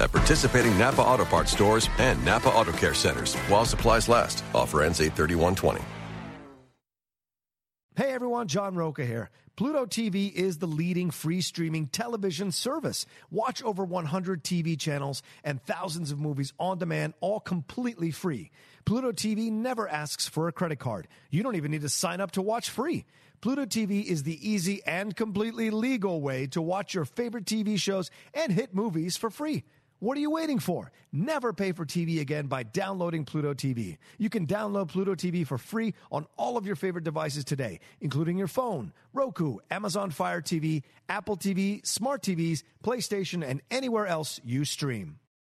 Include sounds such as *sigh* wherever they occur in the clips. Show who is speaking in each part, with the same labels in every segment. Speaker 1: At participating Napa Auto Parts stores and Napa Auto Care centers while supplies last. Offer ends 83120.
Speaker 2: Hey everyone, John Roca here. Pluto TV is the leading free streaming television service. Watch over 100 TV channels and thousands of movies on demand, all completely free. Pluto TV never asks for a credit card. You don't even need to sign up to watch free. Pluto TV is the easy and completely legal way to watch your favorite TV shows and hit movies for free. What are you waiting for? Never pay for TV again by downloading Pluto TV. You can download Pluto TV for free on all of your favorite devices today, including your phone, Roku, Amazon Fire TV, Apple TV, smart TVs, PlayStation, and anywhere else you stream.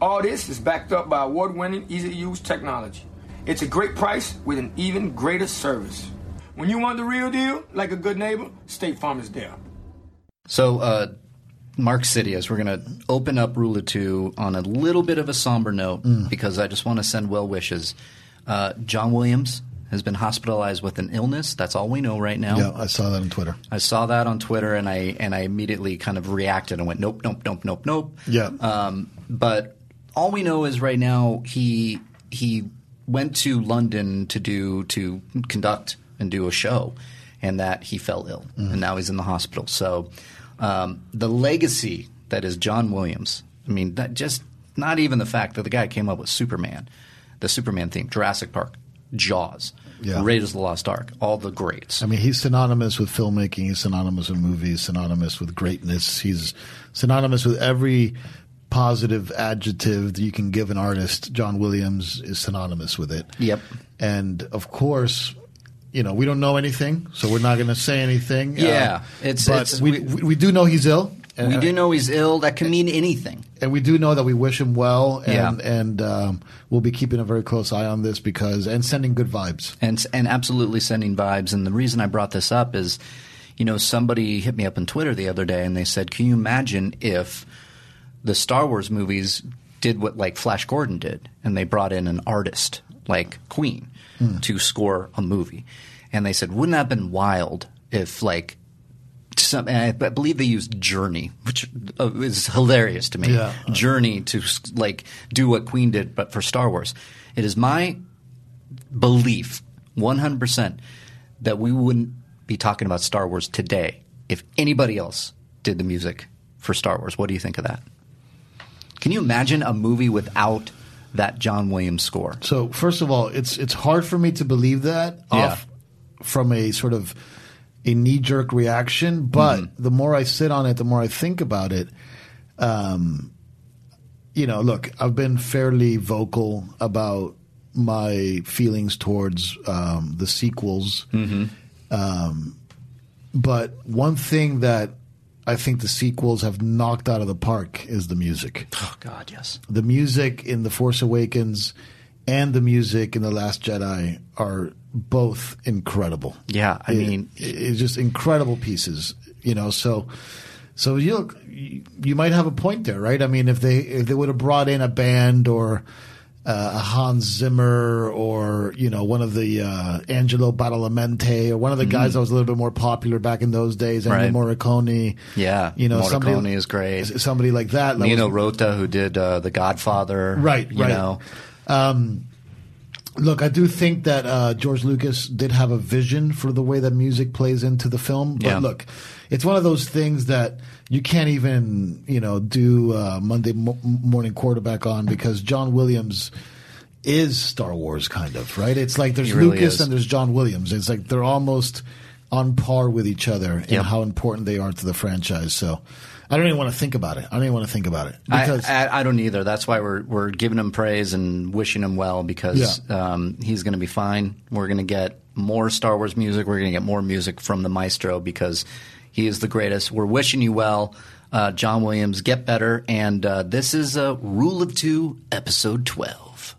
Speaker 3: All this is backed up by award winning, easy to use technology. It's a great price with an even greater service. When you want the real deal, like a good neighbor, State Farm is there.
Speaker 4: So, uh, Mark Sidious, we're going to open up Rule of Two on a little bit of a somber note because I just want to send well wishes. Uh, John Williams has been hospitalized with an illness. That's all we know right now.
Speaker 5: Yeah, I saw that on Twitter.
Speaker 4: I saw that on Twitter and I and I immediately kind of reacted and went, nope, nope, nope, nope, nope.
Speaker 5: Yeah.
Speaker 4: Um, but all we know is right now he he went to London to do to conduct and do a show, and that he fell ill,
Speaker 5: Mm-hmm.
Speaker 4: and now he's in the hospital. So um, the legacy that is John Williams. I mean, that just not even the fact that the guy came up with Superman, the Superman theme, Jurassic Park, Jaws,
Speaker 5: Yeah.
Speaker 4: Raiders of the Lost Ark, all the greats.
Speaker 5: I mean, he's synonymous with filmmaking. He's synonymous with movies. Synonymous with greatness. He's synonymous with every positive adjective that you can give an artist. John Williams is synonymous with it.
Speaker 4: Yep.
Speaker 5: And of course, you know, we don't know anything, so we're not going to say anything. Uh,
Speaker 4: Yeah, it's-
Speaker 5: but
Speaker 4: it's-
Speaker 5: we, we we do know he's ill. And,
Speaker 4: we do know he's ill. That can mean anything.
Speaker 5: and we do know that we wish him well, and
Speaker 4: Yeah.
Speaker 5: and um, we'll be keeping a very close eye on this because and sending good vibes.
Speaker 4: and and absolutely sending vibes. And the reason I brought this up is, you know, somebody hit me up on Twitter the other day and they said, "Can you imagine if the Star Wars movies did what like Flash Gordon did, and they brought in an artist like Queen to score a movie?" And they said, "Wouldn't that have been wild if like some, I I believe they used Journey, which uh, is hilarious to me.
Speaker 5: Yeah.
Speaker 4: Journey to like do what Queen did, but for Star Wars. It is my belief, one hundred percent, that we wouldn't be talking about Star Wars today if anybody else did the music for Star Wars. What do you think of that? Can you imagine a movie without that John Williams score?
Speaker 5: So first of all, it's it's hard for me to believe that
Speaker 4: Yeah.
Speaker 5: off from a sort of a knee jerk reaction, but the more I sit on it, the more I think about it. Um, you know, look, I've been fairly vocal about my feelings towards um, the sequels, um, but one thing that I think the sequels have knocked out of the park is the music
Speaker 4: Oh God, yes.
Speaker 5: the music in The Force Awakens and the music in The Last Jedi are both incredible.
Speaker 4: Yeah, I
Speaker 5: It-
Speaker 4: mean-
Speaker 5: it's just incredible pieces, you know. So, so you look, you might have a point there, right? I mean, if they if they would have brought in a band or uh, a Hans Zimmer or you know one of the uh, Angelo Badalamenti or one of the guys that was a little bit more popular back in those days, Ennio
Speaker 4: Mm-hmm. Right.
Speaker 5: Morricone.
Speaker 4: Yeah,
Speaker 5: you know, somebody
Speaker 4: Morricone is great.
Speaker 5: Somebody like that, that
Speaker 4: Nino
Speaker 5: was-
Speaker 4: Rota, who did uh, The Godfather,
Speaker 5: Right,
Speaker 4: You
Speaker 5: right. Um,
Speaker 4: know,
Speaker 5: Look, I do think that uh, George Lucas did have a vision for the way that music plays into the film. But
Speaker 4: Yeah.
Speaker 5: look, it's one of those things that you can't even, you know, do uh, Monday mo- morning quarterback on because John Williams is Star Wars, kind of, right? It's like there's
Speaker 4: He really
Speaker 5: Lucas
Speaker 4: is.
Speaker 5: and there's John Williams. It's like they're almost on par with each other in
Speaker 4: Yep.
Speaker 5: how important they are to the franchise. So I don't even want to think about it. I don't even want to think about it.
Speaker 4: I, I, I don't either. That's why we're we're giving him praise and wishing him well because um, he's going to be fine. We're going to get more Star Wars music. We're going to get more music from the maestro because he is the greatest. We're wishing you well, uh, John Williams. Get better. And uh, this is a Rule of Two, Episode Twelve.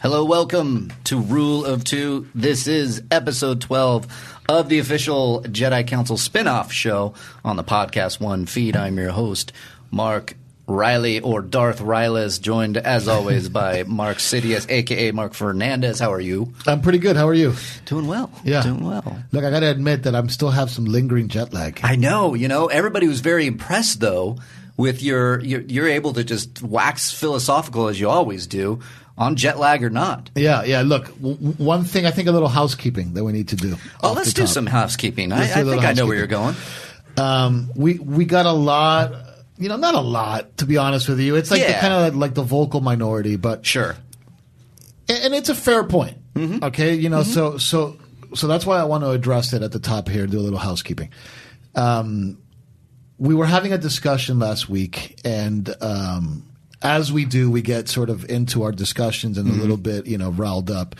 Speaker 4: Hello, welcome to Rule of Two. This is episode 12 of the official Jedi Council spin-off show on the Podcast One feed. I'm your host, Mark Riley, or Darth Rylas, joined as *laughs* always by Mark Sidious, aka Mark Fernandez. How are you?
Speaker 5: I'm pretty good. How are you?
Speaker 4: Doing well.
Speaker 5: Yeah.
Speaker 4: Doing well.
Speaker 5: Look, I got to admit that I'm still have some lingering jet lag.
Speaker 4: I know. You know, everybody was very impressed though with your you're, you're able to just wax philosophical as you always do on jet lag or not.
Speaker 5: Yeah, yeah. Look, w- w- one thing I think a little housekeeping that we need to do.
Speaker 4: Oh,
Speaker 5: off
Speaker 4: let's
Speaker 5: the
Speaker 4: do
Speaker 5: top.
Speaker 4: some housekeeping. I,
Speaker 5: Let's do a
Speaker 4: I
Speaker 5: little
Speaker 4: think I know where
Speaker 5: housekeeping.
Speaker 4: you're going.
Speaker 5: We we got a lot. You know, not a lot to be honest with you. It's like the
Speaker 4: Yeah.
Speaker 5: kind of like the vocal minority, but
Speaker 4: Sure. Mm-hmm.
Speaker 5: and and it's a fair point. Okay, you know, so so so that's why I want to address it at the top here. Do a little housekeeping. Um, we were having a discussion last week, and um, as we do, we get sort of into our discussions
Speaker 4: Mm-hmm.
Speaker 5: and a little bit, you know, riled up,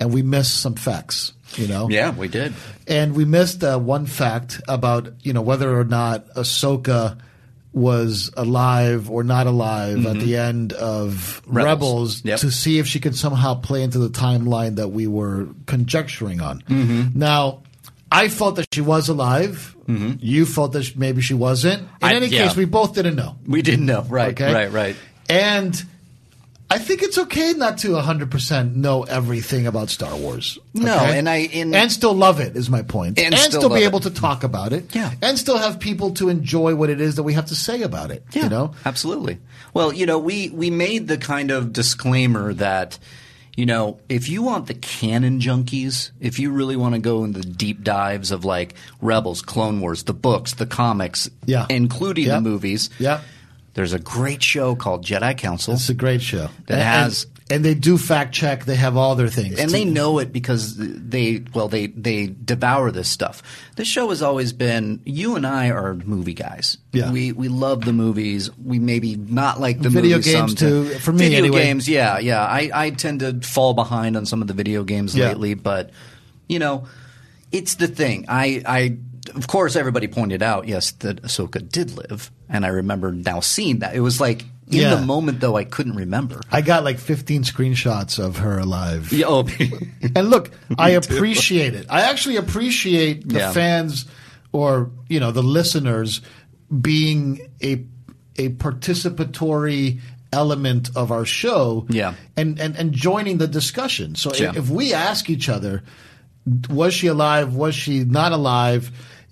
Speaker 5: and we miss some facts. You know,
Speaker 4: Yeah, we did.
Speaker 5: and we missed uh, one fact about you know whether or not Ahsoka was alive or not alive at the end of Rebels,
Speaker 4: Mm-hmm. Rebels. Yep.
Speaker 5: to see if she could somehow play into the timeline that we were conjecturing on.
Speaker 4: Mm-hmm.
Speaker 5: Now, I felt that she was alive. You felt that sh- maybe she wasn't. In
Speaker 4: I-
Speaker 5: any
Speaker 4: yeah.
Speaker 5: case, we both didn't know.
Speaker 4: We didn't know. Right.
Speaker 5: Okay,
Speaker 4: Right. Right.
Speaker 5: And I think it's okay not to 100% know everything about Star Wars.
Speaker 4: No,
Speaker 5: okay?
Speaker 4: and I- and-
Speaker 5: and still love it is my point.
Speaker 4: And still
Speaker 5: be
Speaker 4: love
Speaker 5: able
Speaker 4: it.
Speaker 5: to talk about it.
Speaker 4: Yeah.
Speaker 5: And still have people to enjoy what it is that we have to say about it. You know?
Speaker 4: absolutely. Well, you know, we we made the kind of disclaimer that, you know, if you want the canon junkies, if you really want to go into the deep dives of like Rebels, Clone Wars, the books, the comics,
Speaker 5: Yeah.
Speaker 4: including
Speaker 5: Yep.
Speaker 4: the movies,
Speaker 5: Yep.
Speaker 4: There's a great show called Jedi Council.
Speaker 5: It's a great show.
Speaker 4: It has-
Speaker 5: And, and they do fact check. They have all their things.
Speaker 4: and
Speaker 5: too.
Speaker 4: they know it because they well they they devour this stuff. This show has always been you and I are movie guys.
Speaker 5: Yeah.
Speaker 4: we we love the movies. We maybe not like the
Speaker 5: Video
Speaker 4: movies
Speaker 5: games,
Speaker 4: sometimes.
Speaker 5: too, for me,
Speaker 4: video
Speaker 5: anyway.
Speaker 4: games. Yeah, yeah. I I tend to fall behind on some of the video games
Speaker 5: Yeah.
Speaker 4: lately, but you know, it's the thing. I I. Of course, everybody pointed out, yes, that Ahsoka did live, and I remember now seeing that. It was like in
Speaker 5: Yeah.
Speaker 4: the moment, though, I couldn't remember.
Speaker 5: I got like 15 screenshots of her alive.
Speaker 4: Yeah, oh,
Speaker 5: *laughs*
Speaker 4: *laughs*
Speaker 5: And look, I appreciate it. I actually appreciate the
Speaker 4: Yeah.
Speaker 5: fans or you know the listeners being a a participatory element of our show
Speaker 4: Yeah.
Speaker 5: and, and and joining the discussion. So i-
Speaker 4: Yeah.
Speaker 5: if we ask each other was she alive? Was she not alive?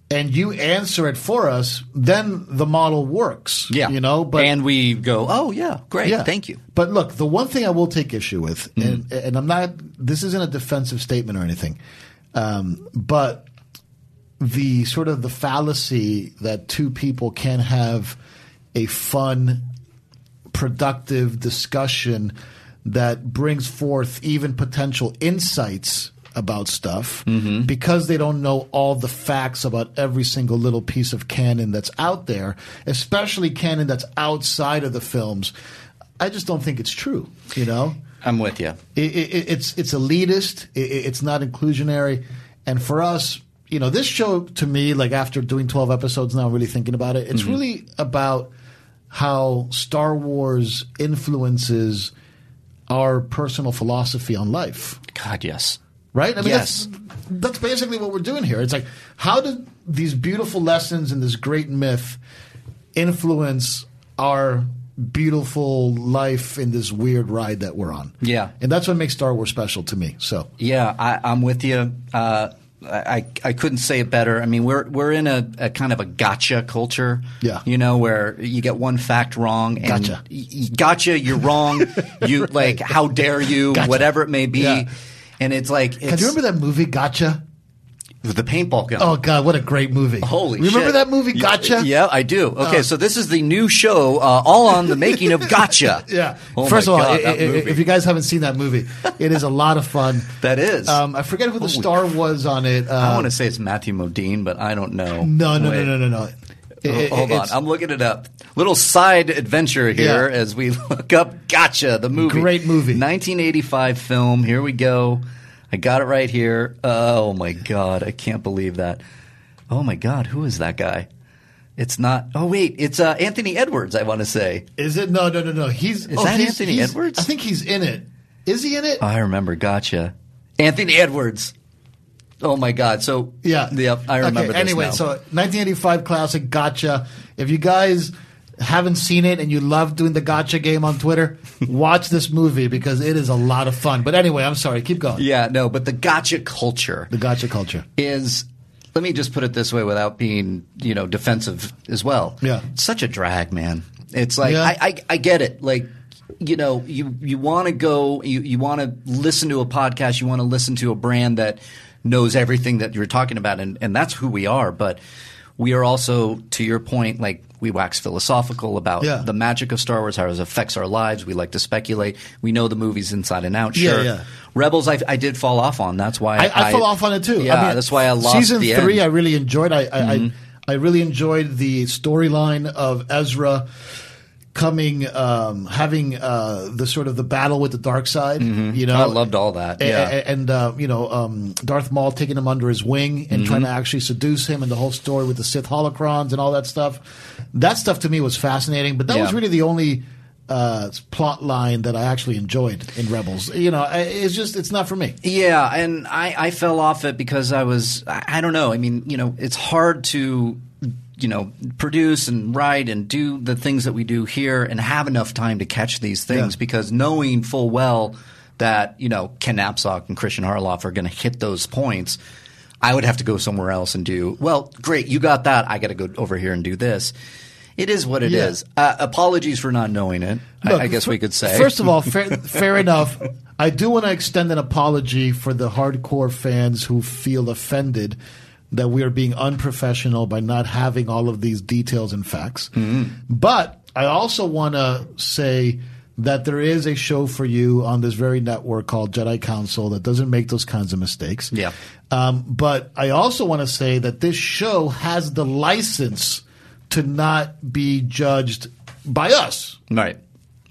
Speaker 5: And you answer it for us, then the model works.
Speaker 4: Yeah.
Speaker 5: you know, but
Speaker 4: and we go, oh, yeah, great.
Speaker 5: yeah.
Speaker 4: Thank you. Mm.
Speaker 5: But look, the one thing I will take issue with, and, and I'm not, this isn't a defensive statement or anything, um, but the sort of the fallacy that two people can have a fun, productive discussion that brings forth even potential insights about stuff because they don't know all the facts about every single little piece of canon that's out there, especially canon that's outside of the films. I just don't think it's true, you know?
Speaker 4: I'm with you.
Speaker 5: it, it, it's it's elitist. It, it- it's not inclusionary. And for us, you know, this show to me, like after doing twelve episodes now, really thinking about it, it's really about how Star Wars influences our personal philosophy on life
Speaker 4: God, yes.
Speaker 5: right? I mean,
Speaker 4: Yes.
Speaker 5: that's, that's basically what we're doing here. It's like, how did these beautiful lessons and this great myth influence our beautiful life in this weird ride that we're on?
Speaker 4: Yeah.
Speaker 5: And that's what makes Star Wars special to me. So,
Speaker 4: Yeah, I, I'm with you. Uh, I I couldn't say it better. I mean, we're we're in a, a kind of a gotcha culture.
Speaker 5: Yeah.
Speaker 4: you know, where you get one fact wrong and
Speaker 5: Gotcha.
Speaker 4: y- y- gotcha, you're wrong.
Speaker 5: *laughs*
Speaker 4: you like, how dare you?
Speaker 5: Gotcha.
Speaker 4: Whatever it may be.
Speaker 5: Yeah.
Speaker 4: And it's like, it's,
Speaker 5: do you remember that movie Gotcha?
Speaker 4: the paintball gun?
Speaker 5: Oh God, what a great movie!
Speaker 4: Holy
Speaker 5: remember
Speaker 4: shit.
Speaker 5: that movie Gotcha?
Speaker 4: Yeah, I do. Okay, so this is the new show, uh, all on the making
Speaker 5: *laughs*
Speaker 4: of Gotcha.
Speaker 5: Yeah.
Speaker 4: Oh
Speaker 5: First
Speaker 4: my
Speaker 5: of all,
Speaker 4: God,
Speaker 5: i-
Speaker 4: that
Speaker 5: i-
Speaker 4: movie.
Speaker 5: if you guys haven't seen that movie, it is a lot of fun.
Speaker 4: That is.
Speaker 5: Um, I forget who the star was on it. Uh,
Speaker 4: I want to say it's Matthew Modine, but I don't know.
Speaker 5: no, no, no,
Speaker 4: Wait.
Speaker 5: no, no, no. It-
Speaker 4: Ho-
Speaker 5: it-
Speaker 4: Hold on,
Speaker 5: it's-
Speaker 4: I'm looking it up. Little side adventure here
Speaker 5: Yeah.
Speaker 4: as we *laughs* look up Gotcha, the movie.
Speaker 5: Great movie.
Speaker 4: 1985 film. Here we go. I got it right here. Oh my god, I can't believe that. Oh my god, who is that guy? It's not. Oh wait, it's uh, Anthony Edwards. I want to say.
Speaker 5: Is it? No, no, no, no. He's
Speaker 4: Is
Speaker 5: oh,
Speaker 4: that
Speaker 5: he's-
Speaker 4: Anthony
Speaker 5: he's-
Speaker 4: Edwards? Uh,
Speaker 5: I think he's in it. Is he in it?
Speaker 4: I remember Gotcha. Anthony Edwards. Oh my god. So
Speaker 5: yeah,
Speaker 4: yep. I remember.
Speaker 5: Okay,
Speaker 4: this
Speaker 5: anyway,
Speaker 4: now.
Speaker 5: so 1985 classic Gotcha. If you guys haven't seen it and you love doing the Gotcha game on Twitter, *laughs* watch this movie because it is a lot of fun. But anyway, I'm sorry. Keep going.
Speaker 4: yeah, no, but the Gotcha culture.
Speaker 5: The Gotcha culture.
Speaker 4: is let me just put it this way without being you know defensive as well
Speaker 5: Yeah.
Speaker 4: It's such a drag man it's like
Speaker 5: Yeah.
Speaker 4: I, I i get it like you know you you want to go you, you want to listen to a podcast you want to listen to a brand that knows everything that you're talking about and and that's who we are but we are also to your point like we wax philosophical about
Speaker 5: Yeah.
Speaker 4: the magic of Star Wars, how it affects our lives. We like to speculate. We know the movies inside and out.
Speaker 5: Yeah,
Speaker 4: Sure,
Speaker 5: yeah.
Speaker 4: Rebels, I, I did fall off on. That's why
Speaker 5: I, I, fell off on it too.
Speaker 4: Yeah,
Speaker 5: I mean,
Speaker 4: that's why I lost
Speaker 5: season
Speaker 4: the
Speaker 5: three. I
Speaker 4: End. Mm-hmm.
Speaker 5: really enjoyed. I I, I, I really enjoyed the storyline of Ezra coming, um, having uh, the sort of the battle with the dark side. You know,
Speaker 4: Mm-hmm. I loved all that,
Speaker 5: A- a-
Speaker 4: yeah.
Speaker 5: a- and uh, you know, um, Darth Maul taking him under his wing and
Speaker 4: Mm-hmm.
Speaker 5: trying to actually seduce him, and the whole story with the Sith holocrons and all that stuff. That stuff to me was fascinating, but that
Speaker 4: Yeah.
Speaker 5: was really the only. Uh, plot line that I actually enjoyed in Rebels. You know, I- it's just it's not for me.
Speaker 4: yeah, and I, I fell off it because I was I, I don't know. I mean, you know, it's hard to you know produce and write and do the things that we do here and have enough time to catch these things
Speaker 5: Yeah.
Speaker 4: because knowing full well that you know Ken Napsok and Christian Harloff are going to hit those points. I would have to go somewhere else and do well. Great, you got that. I got to go over here and do this. It is what it is.
Speaker 5: Yeah.
Speaker 4: Uh, apologies for not knowing it.
Speaker 5: Look,
Speaker 4: I, I guess
Speaker 5: fir-
Speaker 4: we could say.
Speaker 5: First of
Speaker 4: *laughs*
Speaker 5: all, fair, fair enough. I do want to extend an apology for the hardcore fans who feel offended that we are being unprofessional by not having all of these details and facts.
Speaker 4: Mm-hmm.
Speaker 5: But I also want to say that there is a show for you on this very network called Jedi Council that doesn't make those kinds of mistakes.
Speaker 4: Yeah.
Speaker 5: Um, but I also want to say that this show has the license to not be judged by us
Speaker 4: right,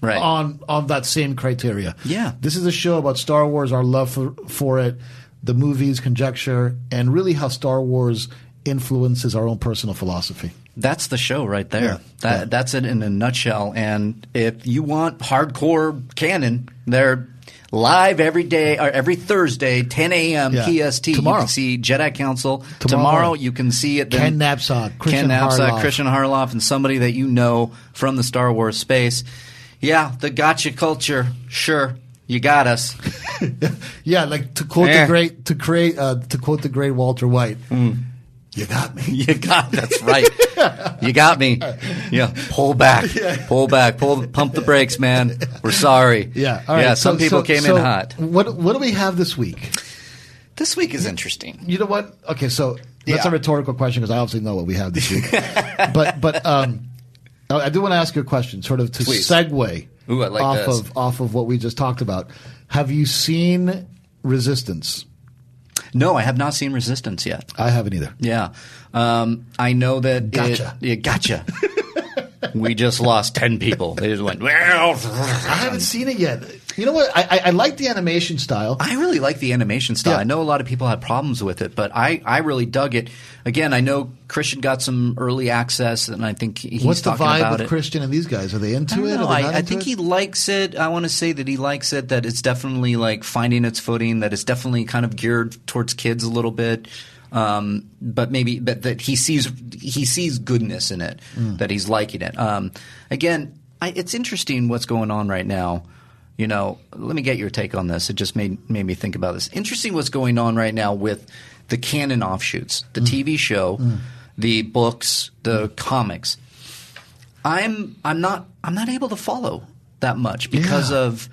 Speaker 4: right.
Speaker 5: on on that same criteria.
Speaker 4: Yeah.
Speaker 5: this is a show about Star Wars, our love for, for it, the movies, conjecture, and really how Star Wars influences our own personal philosophy.
Speaker 4: That's the show right there.
Speaker 5: Yeah.
Speaker 4: That,
Speaker 5: Yeah.
Speaker 4: That's it in a nutshell. And if you want hardcore canon, they're live every day or every Thursday, 10 a.m.
Speaker 5: Yeah.
Speaker 4: PST. You
Speaker 5: Tomorrow.
Speaker 4: can see Jedi Council
Speaker 5: Tomorrow.
Speaker 4: tomorrow. you can see it.
Speaker 5: Ken
Speaker 4: Then,
Speaker 5: Napsok, Christian
Speaker 4: Ken Napsok,
Speaker 5: Harloff.
Speaker 4: Christian Harloff, and somebody that you know from the Star Wars space. Yeah, the gotcha culture. Sure, You got us.
Speaker 5: Yeah, like to quote
Speaker 4: Yeah. Mm.
Speaker 5: the great to create uh, to quote the great Walter White. You got me.
Speaker 4: *laughs* You got that's right. You got me. Yeah, pull
Speaker 5: *laughs*
Speaker 4: back, pull back, pull, pump the brakes, man. We're sorry.
Speaker 5: Yeah. All right.
Speaker 4: yeah. Some
Speaker 5: so-
Speaker 4: people
Speaker 5: so-
Speaker 4: came
Speaker 5: so
Speaker 4: in hot.
Speaker 5: What What do we have this week?
Speaker 4: This week is interesting.
Speaker 5: You know what? Okay, so that's
Speaker 4: Yeah.
Speaker 5: a rhetorical question because I obviously know what we have
Speaker 4: *laughs*
Speaker 5: this week. but but um, I I do want to ask you a question, sort of to
Speaker 4: Please.
Speaker 5: segue
Speaker 4: Ooh, I like
Speaker 5: off
Speaker 4: this.
Speaker 5: of off of what we just talked about. Have you seen Resistance?
Speaker 4: No, I have not seen Resistance yet.
Speaker 5: I
Speaker 4: *laughs*
Speaker 5: haven't either.
Speaker 4: Yeah, um, I know that. it-
Speaker 5: Gotcha.
Speaker 4: yeah, gotcha. *laughs* we just lost ten people. They just went. Well,
Speaker 5: I haven't seen it yet. You know what? I, I, I like the animation style.
Speaker 4: I really like the animation style.
Speaker 5: Yeah.
Speaker 4: I know a lot of people had problems with it, but I, I really dug it. Again, I know Christian got some early access, and I think he- he's
Speaker 5: What's the
Speaker 4: talking
Speaker 5: vibe
Speaker 4: about
Speaker 5: with
Speaker 4: it.
Speaker 5: Christian and these guys? Are they
Speaker 4: I,
Speaker 5: into
Speaker 4: don't
Speaker 5: it? Are
Speaker 4: know.
Speaker 5: they
Speaker 4: I,
Speaker 5: not
Speaker 4: I
Speaker 5: into
Speaker 4: think
Speaker 5: it?
Speaker 4: he likes it. I want to say that he likes it. That it's definitely like finding its footing. That it's definitely kind of geared towards kids a little bit. Um, but maybe, but that he sees he sees goodness in it.
Speaker 5: Hmm.
Speaker 4: That he's liking it. Um, again, I, it's interesting what's going on right now. You know, let me get your take on this. It just made made me think about this. Interesting what's going on right now with the canon offshoots,
Speaker 5: Hmm.
Speaker 4: the TV show, the books, the comics. I'm I'm not I'm not able to follow that much because
Speaker 5: Yeah.
Speaker 4: of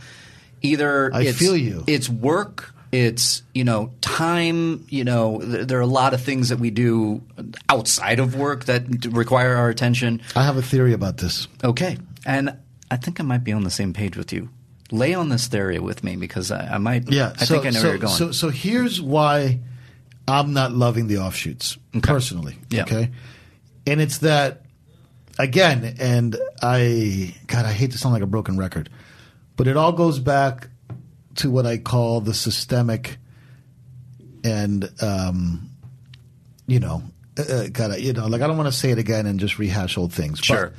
Speaker 4: either
Speaker 5: I
Speaker 4: it's,
Speaker 5: feel you.
Speaker 4: it's work it's you know time you know th- there are a lot of things that we do outside of work that d- require our attention
Speaker 5: I have a theory about this.
Speaker 4: okay and I think I might be on the same page with you lay on this theory with me because I, I might
Speaker 5: Yeah,
Speaker 4: I
Speaker 5: so,
Speaker 4: think I know
Speaker 5: so,
Speaker 4: where you're going
Speaker 5: So, so here's why I'm not loving the offshoots personally.
Speaker 4: Yeah.
Speaker 5: Okay, and it's that again, and I God, I hate to sound like a broken record, but it all goes back to what I call the systemic and um, you know, uh, uh, God, I- you know, like I don't want to say it again and just rehash old things. but
Speaker 4: Sure.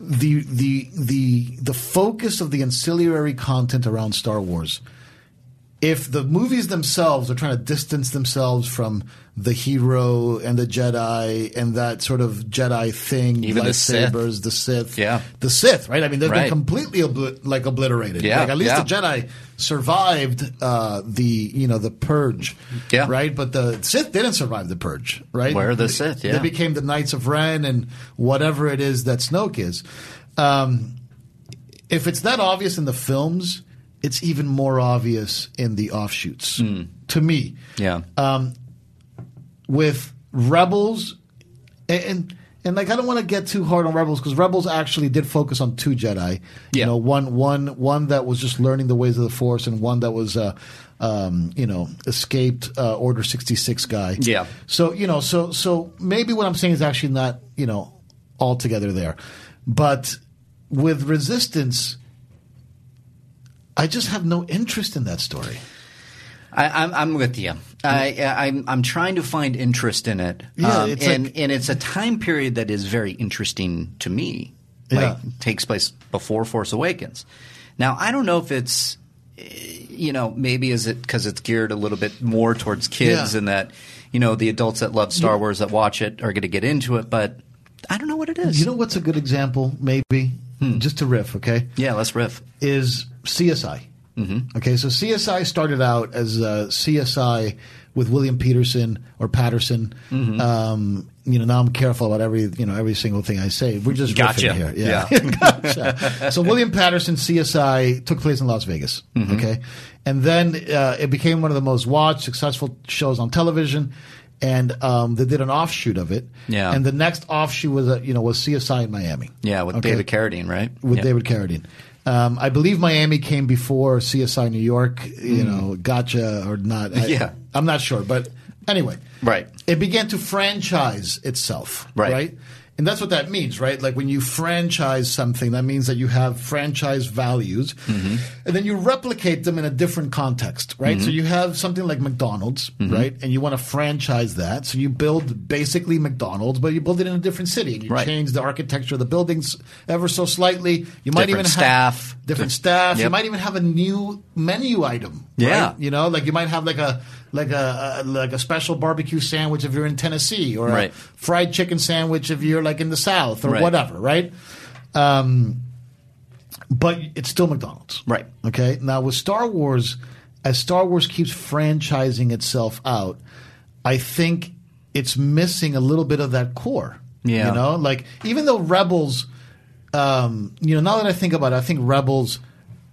Speaker 5: the the the the focus of the ancillary content around Star Wars. If the movies themselves are trying to distance themselves from the hero and the Jedi and that sort of Jedi thing,
Speaker 4: Even the Sith.
Speaker 5: lightsabers, the Sith,
Speaker 4: Yeah.
Speaker 5: the Sith, right? I mean, they've been
Speaker 4: Right.
Speaker 5: completely obli- like obliterated.
Speaker 4: Yeah,
Speaker 5: like at least
Speaker 4: yeah.
Speaker 5: the Jedi survived uh, the you know the purge,
Speaker 4: Yeah.
Speaker 5: right? But the Sith didn't survive the purge, right?
Speaker 4: Where are the
Speaker 5: They-
Speaker 4: Sith?
Speaker 5: they
Speaker 4: Yeah.
Speaker 5: became the Knights of Ren and whatever it is that Snoke is. Um, if it's that obvious in the films, it's even more obvious in the offshoots.
Speaker 4: Hmm.
Speaker 5: To me,
Speaker 4: yeah
Speaker 5: with Rebels, and and, and, like I don't want to get too hard on Rebels because Rebels actually did focus on two Jedi. You
Speaker 4: Yeah.
Speaker 5: know, one one one that was just learning the ways of the Force, and one that was, uh, um, you know, escaped uh, Order sixty six guy.
Speaker 4: Yeah.
Speaker 5: So you know, so so maybe what I'm saying is actually not you know altogether there, but with Resistance. I just have no interest in that story.
Speaker 4: I, I'm, I'm with you. I, I, I'm, I'm trying to find interest in it.
Speaker 5: Mm-hmm.
Speaker 4: Um,
Speaker 5: Yeah, it's
Speaker 4: and,
Speaker 5: like-
Speaker 4: and it's a time period that is very interesting to me.
Speaker 5: Yeah.
Speaker 4: Like, takes place before Force Awakens. Now, I don't know if it's, eh, you know, maybe is it because it's geared a little bit more towards kids
Speaker 5: Yeah.
Speaker 4: and that, you know, the adults that love Star Wars that watch it are going to get into it, but I don't know what it is.
Speaker 5: You know what's a good example, maybe?
Speaker 4: Hmm.
Speaker 5: Just to riff, okay?
Speaker 4: yeah, let's riff.
Speaker 5: is CSI.
Speaker 4: Mm-hmm.
Speaker 5: Okay, so CSI started out as uh, CSI with William Peterson or Patterson.
Speaker 4: Mm-hmm.
Speaker 5: Um, you know, now I'm careful about every you know every single thing I say. We're just
Speaker 4: Gotcha.
Speaker 5: riffing here. *laughs* gotcha. So William Patterson CSI took place in Las Vegas.
Speaker 4: Mm-hmm.
Speaker 5: Okay, and then uh, it became one of the most watched, successful shows on television. And um, they did an offshoot of it.
Speaker 4: Yeah.
Speaker 5: And the next offshoot was uh, you know was CSI in Miami.
Speaker 4: Yeah, with
Speaker 5: Okay?
Speaker 4: David Carradine, right?
Speaker 5: with
Speaker 4: yeah.
Speaker 5: David Carradine. Um, I believe Miami came before CSI New York. You know, gotcha or not? I,
Speaker 4: Mm. Yeah.
Speaker 5: I'm not sure, but anyway,
Speaker 4: Right.
Speaker 5: It began to franchise itself,
Speaker 4: Right.
Speaker 5: And that's what that means, right? Like when you franchise something, that means that you have franchise values,
Speaker 4: Mm-hmm.
Speaker 5: and then you replicate them in a different context, right? So you have something like McDonald's,
Speaker 4: Mm-hmm.
Speaker 5: right? And you want to franchise that, so you build basically McDonald's, but you build it in a different city, and you
Speaker 4: Right.
Speaker 5: change the architecture of the buildings ever so slightly. You might
Speaker 4: Different
Speaker 5: even
Speaker 4: staff.
Speaker 5: have different staff. You
Speaker 4: Yep.
Speaker 5: might even have a new menu item.
Speaker 4: Yeah.
Speaker 5: right? you know, like you might have like a like a, a like a special barbecue sandwich if you're in Tennessee, or
Speaker 4: Right.
Speaker 5: a fried chicken sandwich if you're like in the South, or
Speaker 4: Right.
Speaker 5: whatever, right? Um, but it's still McDonald's.
Speaker 4: Right.
Speaker 5: Okay. Now with Star Wars, as Star Wars keeps franchising itself out, I think it's missing a little bit of that core.
Speaker 4: Yeah.
Speaker 5: You know, like even though Rebels, um, you know, now that I think about it, I think Rebels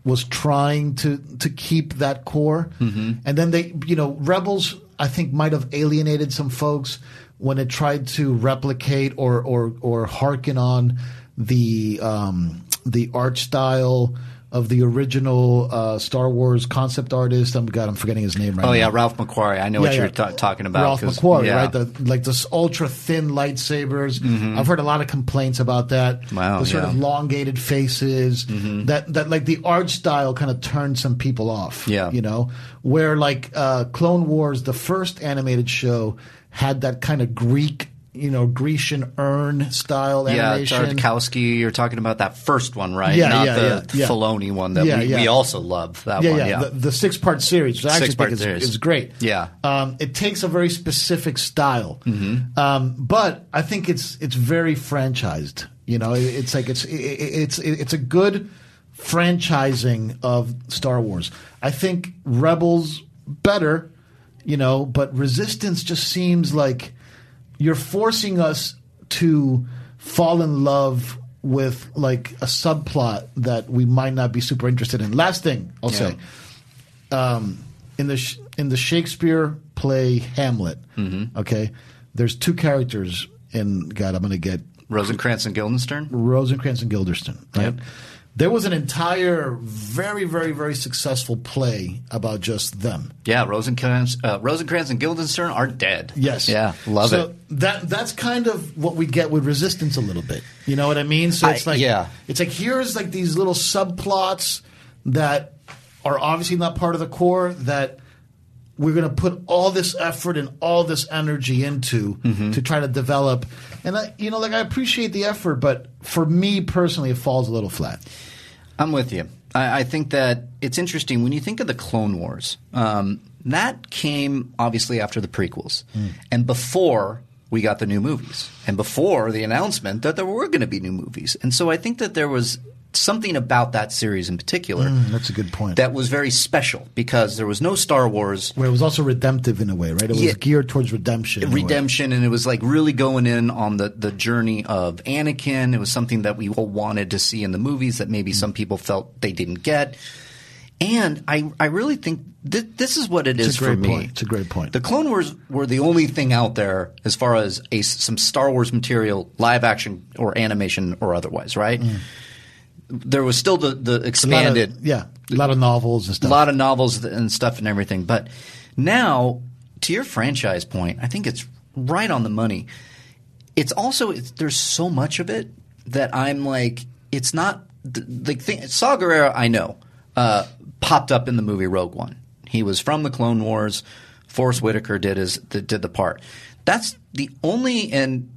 Speaker 5: was trying to to keep that core,
Speaker 4: Mm-hmm.
Speaker 5: and then they, you know, Rebels, I think might have alienated some folks when it tried to replicate or or or hearken on the um, the art style. Of the original uh, Star Wars concept artist, I'm God, I'm forgetting his name right now.
Speaker 4: Oh yeah, Ralph McQuarrie. I know what
Speaker 5: Yeah,
Speaker 4: you're
Speaker 5: yeah.
Speaker 4: ta- talking about.
Speaker 5: Ralph
Speaker 4: 'cause-
Speaker 5: McQuarrie,
Speaker 4: yeah.
Speaker 5: right? The like this ultra thin lightsabers. I've heard a lot of complaints about that.
Speaker 4: Mm-hmm. Wow,
Speaker 5: the sort of
Speaker 4: yeah. Mm-hmm.
Speaker 5: elongated faces. That that like the art style kind of turned some people off.
Speaker 4: Yeah.
Speaker 5: you know, where like uh, Clone Wars, the first animated show, had that kind of Greek. You know, Grecian urn style
Speaker 4: yeah,
Speaker 5: animation.
Speaker 4: Tarkowski. You're talking about that first one, right?
Speaker 5: Yeah,
Speaker 4: Not
Speaker 5: yeah,
Speaker 4: the
Speaker 5: yeah, yeah.
Speaker 4: Filoni one that
Speaker 5: Yeah,
Speaker 4: we,
Speaker 5: yeah.
Speaker 4: we also love. That
Speaker 5: yeah,
Speaker 4: one.
Speaker 5: yeah,
Speaker 4: Yeah.
Speaker 5: The, the six part series, which I actually
Speaker 4: Six-part
Speaker 5: think is,
Speaker 4: series.
Speaker 5: is great.
Speaker 4: Yeah.
Speaker 5: um, it takes a very specific style, um, but I think it's it's very franchised. You know, it, it's like it's it, it's it, it's a good franchising of Star Wars. I think Rebels better, you know, but Resistance just seems like you're forcing us to fall in love with like a subplot that we might not be super interested in. Last thing I'll say, um, in the Sh- in the Shakespeare play Hamlet, okay, there's two characters in God. I'm going to get
Speaker 4: Rosencrantz and Guildenstern.
Speaker 5: Rosencrantz and Guildenstern, right? There was an entire very very very successful play about just them.
Speaker 4: Yeah, Rosencrantz, uh, Rosencrantz and Guildenstern are dead.
Speaker 5: Yes.
Speaker 4: Yeah, love
Speaker 5: so
Speaker 4: it.
Speaker 5: That that's kind of what we get with resistance a little bit. You know what I mean? So
Speaker 4: I-
Speaker 5: it's like
Speaker 4: yeah.
Speaker 5: it's like here's like these little subplots that are obviously not part of the core that we're going to put all this effort and all this energy into
Speaker 4: Mm-hmm.
Speaker 5: to try to develop. And I, you know, like I appreciate the effort, but for me personally, it falls a little flat.
Speaker 4: I'm with you. I, I think that it's interesting when you think of the Clone Wars. Um, that came obviously after the prequels
Speaker 5: Hmm.
Speaker 4: and before we got the new movies and before the announcement that there were going to be new movies. And so I think that there was something about that series in particular
Speaker 5: Hmm, That's a good point.
Speaker 4: that was very special because there was no Star Wars
Speaker 5: Where it was also redemptive in a way, right? It was
Speaker 4: Yeah.
Speaker 5: geared towards redemption. in a way.
Speaker 4: redemption and it was like really going in on the, the journey of Anakin. It was something that we all wanted to see in the movies that maybe some people felt they didn't get. And I, I really think th- this is what it is
Speaker 5: a great
Speaker 4: for me.
Speaker 5: point. It's a great point.
Speaker 4: The Clone Wars were the only thing out there as far as a, some Star Wars material, live action or animation or otherwise, right? There was still the, the
Speaker 5: Mm. A lot
Speaker 4: expanded
Speaker 5: of, yeah, a lot of novels and
Speaker 4: a
Speaker 5: stuff.
Speaker 4: lot of novels th- and stuff and everything. But now, to your franchise point, I think it's right on the money. It's also it's, there's so much of it that I'm like, it's not th- the thing. Saw Gerrera, I know, uh, popped up in the movie Rogue One. He was from the Clone Wars. Forrest Whitaker did his th- did the part. That's the only and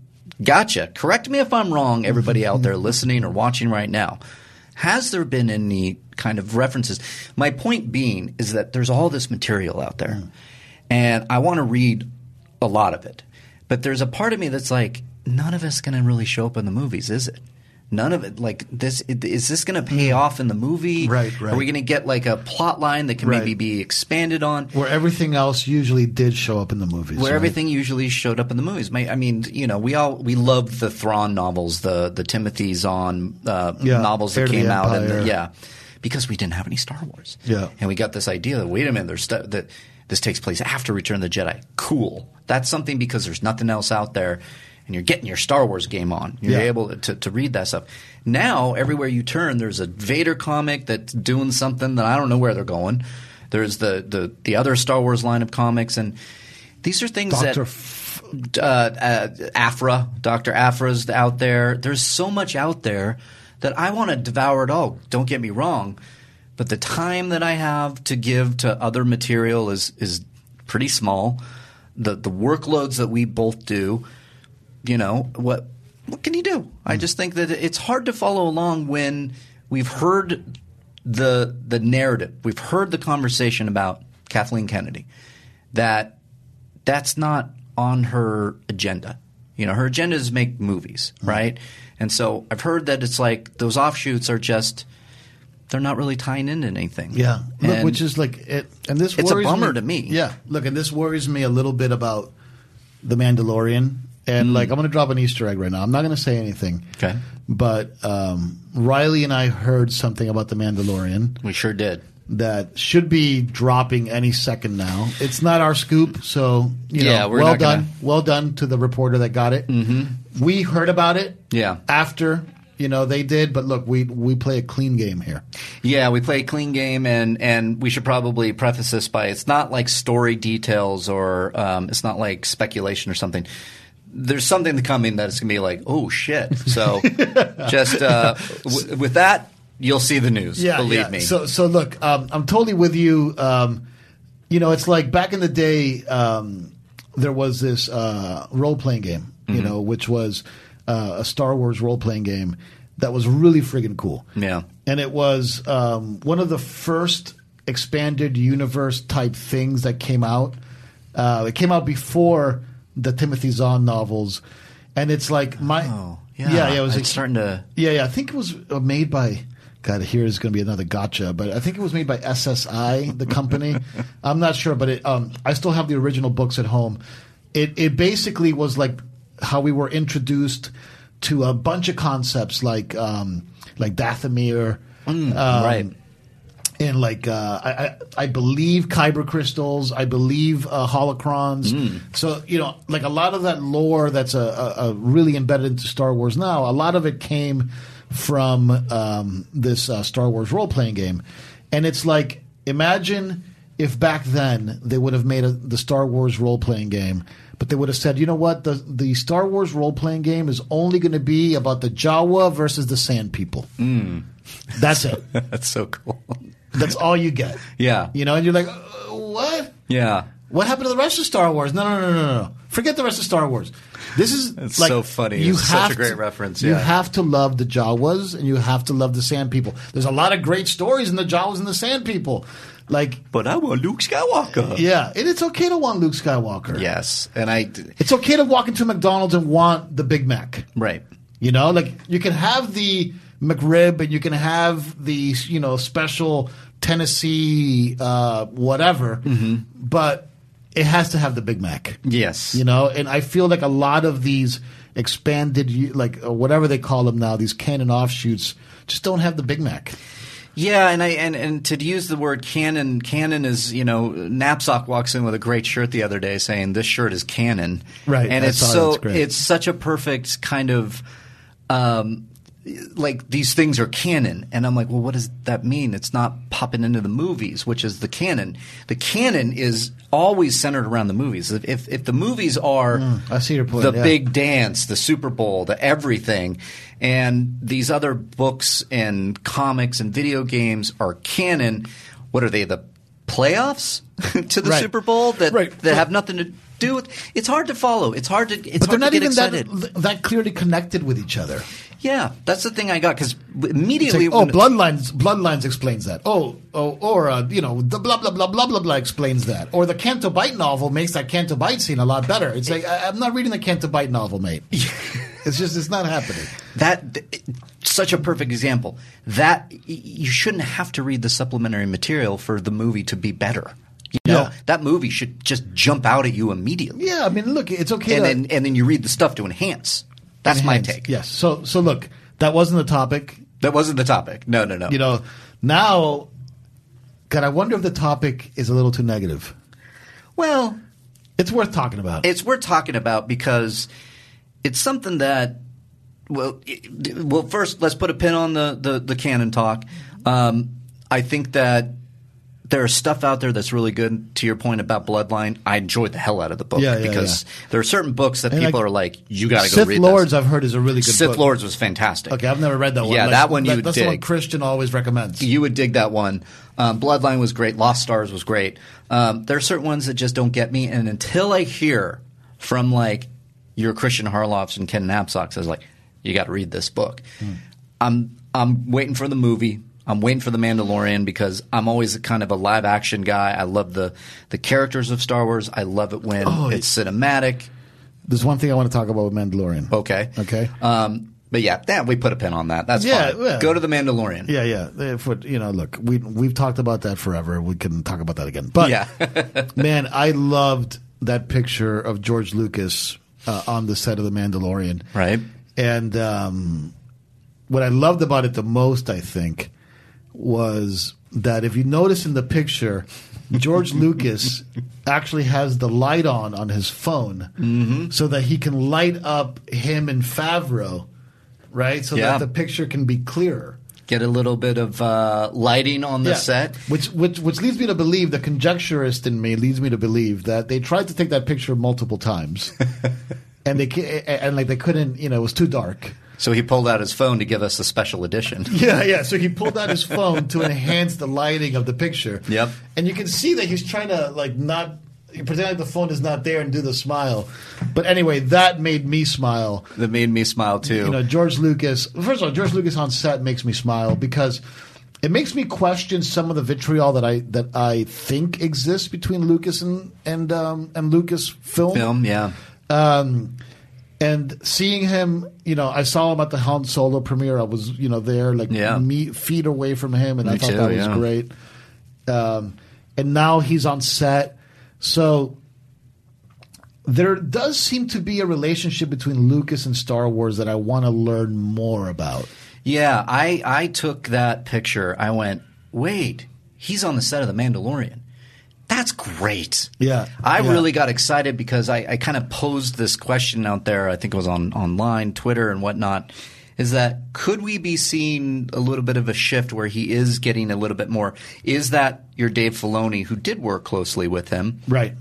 Speaker 4: gotcha. Correct me if I'm wrong, everybody out there listening or watching right now has there been any kind of references? My point being is that there's all this material out there, and I want to read a lot of it. But there's a part of me that's like, none of it's going to really show up in the movies, is it? None of it, like this, is this going to pay off in the movie?
Speaker 5: Mm. Right,
Speaker 4: Are
Speaker 5: right.
Speaker 4: we going to get like a plot line that can
Speaker 5: Right.
Speaker 4: maybe be expanded on?
Speaker 5: where everything else usually did show up in the movies.
Speaker 4: where
Speaker 5: right?
Speaker 4: everything usually showed up in the movies. My, I mean, you know, we all we loved the Thrawn novels, the the Timothy Zahn uh,
Speaker 5: Yeah,
Speaker 4: novels
Speaker 5: Heir
Speaker 4: that
Speaker 5: to the
Speaker 4: came out, and the,
Speaker 5: Empire.
Speaker 4: yeah, because we didn't have any Star Wars.
Speaker 5: Yeah.
Speaker 4: and we got this idea that wait a minute, there's stu- that this takes place after Return of the Jedi. Cool, that's something because there's nothing else out there. And you're getting your Star Wars game on. You're
Speaker 5: Yeah.
Speaker 4: able to, to read that stuff. Now, everywhere you turn, there's a Vader comic that's doing something that I don't know where they're going. There's the the, the other Star Wars line of comics, and these are things that
Speaker 5: Doctor
Speaker 4: uh, uh, Afra, Doctor Afra's out there. There's so much out there that I want to devour it all. Don't get me wrong, but the time that I have to give to other material is is pretty small. The the workloads that we both do, you know what what can you do i just think that it's hard to follow along when we've heard the the narrative we've heard the conversation about kathleen kennedy that that's not on her agenda you know her agenda
Speaker 5: Mm-hmm.
Speaker 4: is make movies right and so i've heard that it's like those offshoots are just they're not really tying into anything.
Speaker 5: Yeah, look,
Speaker 4: And-
Speaker 5: which is like it, and this
Speaker 4: It's a
Speaker 5: worries
Speaker 4: bummer to me.
Speaker 5: Yeah, look, and this worries me a little bit about the Mandalorian, and like I'm going to drop an Easter egg right now. I'm not going to say anything.
Speaker 4: Hmm. Okay.
Speaker 5: but um, Riley and I heard something about the Mandalorian
Speaker 4: we sure did.
Speaker 5: that should be dropping any second now. It's not our scoop, so you
Speaker 4: Yeah,
Speaker 5: know,
Speaker 4: we're
Speaker 5: well
Speaker 4: not
Speaker 5: done,
Speaker 4: gonna-
Speaker 5: well done to the reporter that got it. Mm-hmm. We heard about it.
Speaker 4: Yeah.
Speaker 5: after you know they did, but look, we we play a clean game here.
Speaker 4: Yeah, we play a clean game, and and we should probably preface this by it's not like story details or um, it's not like speculation or something. There's something coming that it's gonna be like, oh shit.
Speaker 5: *laughs*
Speaker 4: So just uh, w- with that, you'll see the news. believe me.
Speaker 5: So, so look, um, I'm totally with you. Um, you know, it's like back in the day, um, there was this uh, role playing game, you
Speaker 4: Mm-hmm.
Speaker 5: know, which was uh, a Star Wars role playing game that was really friggin' cool.
Speaker 4: Yeah.
Speaker 5: And it was um, one of the first expanded universe type things that came out. Uh, it came out before the Timothy Zahn novels. And it's like
Speaker 4: Oh.
Speaker 5: my
Speaker 4: yeah,
Speaker 5: yeah, It was
Speaker 4: it's
Speaker 5: like-
Speaker 4: starting to-
Speaker 5: yeah, yeah. I think it was uh, made by. God, here is going to be another gotcha, but I think it was made by SSI, the company.
Speaker 4: *laughs*
Speaker 5: I'm not sure, but it, um, I still have the original books at home. It it basically was like how we were introduced to a bunch of concepts like um, like Dathomir, um,
Speaker 4: Mm, right.
Speaker 5: and like uh, I, I I believe kyber crystals, I believe uh, holocrons. So you know, like a lot of that lore that's a, a, a really embedded into Star Wars now. A lot of it came from um, this uh, Star Wars role playing game, and it's like imagine if back then they would have made a, the Star Wars role playing game. But they would have said, you know what? The the Star Wars role playing game is only going to be about the Jawa versus the Sand People. That's it.
Speaker 4: That's so cool.
Speaker 5: That's all you get.
Speaker 4: *laughs* Yeah.
Speaker 5: You know, and you're like, uh, what?
Speaker 4: Yeah.
Speaker 5: What happened to the rest of Star Wars? No, no, no, no, no. Forget the rest of Star Wars. This is
Speaker 4: It's
Speaker 5: like,
Speaker 4: so funny. It's such a great
Speaker 5: to-
Speaker 4: reference,
Speaker 5: You
Speaker 4: yeah.
Speaker 5: have to love the Jawas and you have to love the Sand People. There's a lot of great stories in the Jawas and the Sand People. Like,
Speaker 4: But I want Luke Skywalker.
Speaker 5: yeah, and it's okay to want Luke Skywalker.
Speaker 4: Yes, and I.
Speaker 5: It's okay to walk into McDonald's and want the Big Mac.
Speaker 4: Right.
Speaker 5: You know, like you can have the McRib and you can have the you know special Tennessee uh, whatever, but it has to have the Big Mac.
Speaker 4: Mm-hmm. Yes.
Speaker 5: You know, and I feel like a lot of these expanded u- like uh, whatever they call them now, these canon offshoots just don't have the Big Mac.
Speaker 4: Yeah, and I and, and to use the word canon, canon is you know Knapsack walks in with a great shirt the other day saying this shirt is canon,
Speaker 5: Right,
Speaker 4: And
Speaker 5: I
Speaker 4: it's
Speaker 5: saw that.
Speaker 4: so
Speaker 5: It's great.
Speaker 4: it's such a perfect kind of um, like these things are canon, and I'm like, well, what does that mean? It's not popping into the movies, which is the canon. The canon is always centered around the movies. If if, if the movies are
Speaker 5: Mm, I see your point,
Speaker 4: the
Speaker 5: yeah.
Speaker 4: big big dance, the Super Bowl, the everything. And these other books and comics and video games are canon. What are they, the playoffs *laughs* to the
Speaker 5: Right.
Speaker 4: Super Bowl that,
Speaker 5: Right.
Speaker 4: that have nothing to do with It's hard to follow. It's hard to, it's
Speaker 5: But they're
Speaker 4: hard to
Speaker 5: not
Speaker 4: get
Speaker 5: even that,
Speaker 4: excited.
Speaker 5: that clearly connected with each other.
Speaker 4: yeah, that's the thing I got because
Speaker 5: It's
Speaker 4: immediately.
Speaker 5: like, oh,
Speaker 4: when-
Speaker 5: bloodlines, bloodlines explains that. Oh, oh or uh, you know, the blah blah blah blah blah blah explains that. Or the Canto Bite novel makes that Canto Bite scene a lot better. It's like I, I'm not reading the Canto Bite novel,
Speaker 4: *laughs*
Speaker 5: mate. it's just it's not happening.
Speaker 4: That th- such a perfect example. That y- you shouldn't have to read the supplementary material for the movie to be better. You know,
Speaker 5: Yeah.
Speaker 4: that movie should just jump out at you immediately.
Speaker 5: Yeah, I mean, look, it's okay.
Speaker 4: and
Speaker 5: to
Speaker 4: then and then you read the stuff to enhance. That's my
Speaker 5: uh, enhance.
Speaker 4: take.
Speaker 5: Yes. So so look, that wasn't the topic.
Speaker 4: That wasn't the topic. No, no, no.
Speaker 5: You know, now, God, I wonder if the topic is a little too negative.
Speaker 4: well,
Speaker 5: It's worth talking about.
Speaker 4: it's worth talking about because it's something that well, it, well. First, let's put a pin on the the, the canon talk. Um, I think that there's stuff out there that's really good. To your point about Bloodline, I enjoyed the hell out of the book
Speaker 5: Yeah, yeah,
Speaker 4: because
Speaker 5: yeah.
Speaker 4: there are certain books that
Speaker 5: And,
Speaker 4: people
Speaker 5: like,
Speaker 4: are like, you got to go
Speaker 5: Sith
Speaker 4: read this.
Speaker 5: Lords, I've heard, is a really good
Speaker 4: Sith
Speaker 5: book.
Speaker 4: Lords was fantastic.
Speaker 5: Okay, I've never read that one.
Speaker 4: Yeah,
Speaker 5: Like,
Speaker 4: that one you
Speaker 5: that-
Speaker 4: would
Speaker 5: That's
Speaker 4: dig.
Speaker 5: the one Christian always recommends.
Speaker 4: you would dig that one. Um, Bloodline was great. Lost Stars was great. Um, there are certain ones that just don't get me, and until I hear from like your Christian Harloffs and Ken Knapsacks, I was like, you got to read this book.
Speaker 5: Hmm.
Speaker 4: I'm I'm waiting for the movie. I'm waiting for the Mandalorian because I'm always kind of a live action guy. I love the the characters of Star Wars. I love it
Speaker 5: Oh,
Speaker 4: when it's cinematic.
Speaker 5: There's one thing I want to talk about with Mandalorian.
Speaker 4: Okay.
Speaker 5: Okay.
Speaker 4: Um, But yeah, that we put a pin on that. That's
Speaker 5: Yeah,
Speaker 4: fine.
Speaker 5: yeah.
Speaker 4: Go to the Mandalorian.
Speaker 5: *laughs* Yeah, yeah. If what you know, look, we we've talked about that forever. We can talk about that again. But
Speaker 4: Yeah.
Speaker 5: *laughs* man, I loved that picture of George Lucas uh, on the set of The Mandalorian.
Speaker 4: Right.
Speaker 5: And um, what I loved about it the most, I think, was that if you notice in the picture,
Speaker 4: *laughs*
Speaker 5: George Lucas actually has the light on on his phone
Speaker 4: Mm-hmm.
Speaker 5: so that he can light up him and Favreau, right? So
Speaker 4: Yeah.
Speaker 5: that the picture can be clearer.
Speaker 4: Get a little bit of uh, lighting on the
Speaker 5: Yeah.
Speaker 4: set.
Speaker 5: Which, which which leads me to believe the conjecturist in me leads me to believe that they tried to take that picture multiple
Speaker 4: *laughs*
Speaker 5: times, and they ca- and like they couldn't. You know, it was too dark.
Speaker 4: So he pulled out his phone to give us a special edition. *laughs*
Speaker 5: Yeah, yeah. So he pulled out his phone to enhance the lighting of the picture.
Speaker 4: Yep.
Speaker 5: And you can see that he's trying to like not pretend like the phone is not there and do the smile. But anyway, that made me smile.
Speaker 4: That made me smile too.
Speaker 5: You know, George Lucas. First of all, George Lucas on set makes me smile because it makes me question some of the vitriol that I that I think exists between Lucas and and um, and Lucas
Speaker 4: Film, yeah.
Speaker 5: um, and seeing him, you know, I saw him at the Han Solo premiere. I was, you know, there like
Speaker 4: Yeah.
Speaker 5: me, feet away from him, and I
Speaker 4: Me
Speaker 5: thought
Speaker 4: too,
Speaker 5: that was
Speaker 4: yeah.
Speaker 5: great. Um, and now he's on set, so there does seem to be a relationship between Lucas and Star Wars that I want to learn more about.
Speaker 4: Yeah, I I took that picture. I went, wait, he's on the set of The Mandalorian. That's great.
Speaker 5: Yeah,
Speaker 4: I
Speaker 5: yeah.
Speaker 4: really got excited because I, I kind of posed this question out there. I think it was on online, Twitter, and whatnot. Is that could we be seeing a little bit of a shift where he is getting a little bit more? Is that your Dave Filoni, who did work closely with him,
Speaker 5: Right.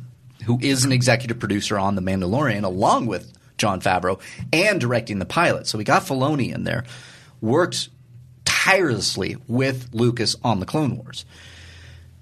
Speaker 4: who is an executive producer on The Mandalorian, along with John Favreau, and directing the pilot. So we got Filoni in there, worked tirelessly with Lucas on the Clone Wars.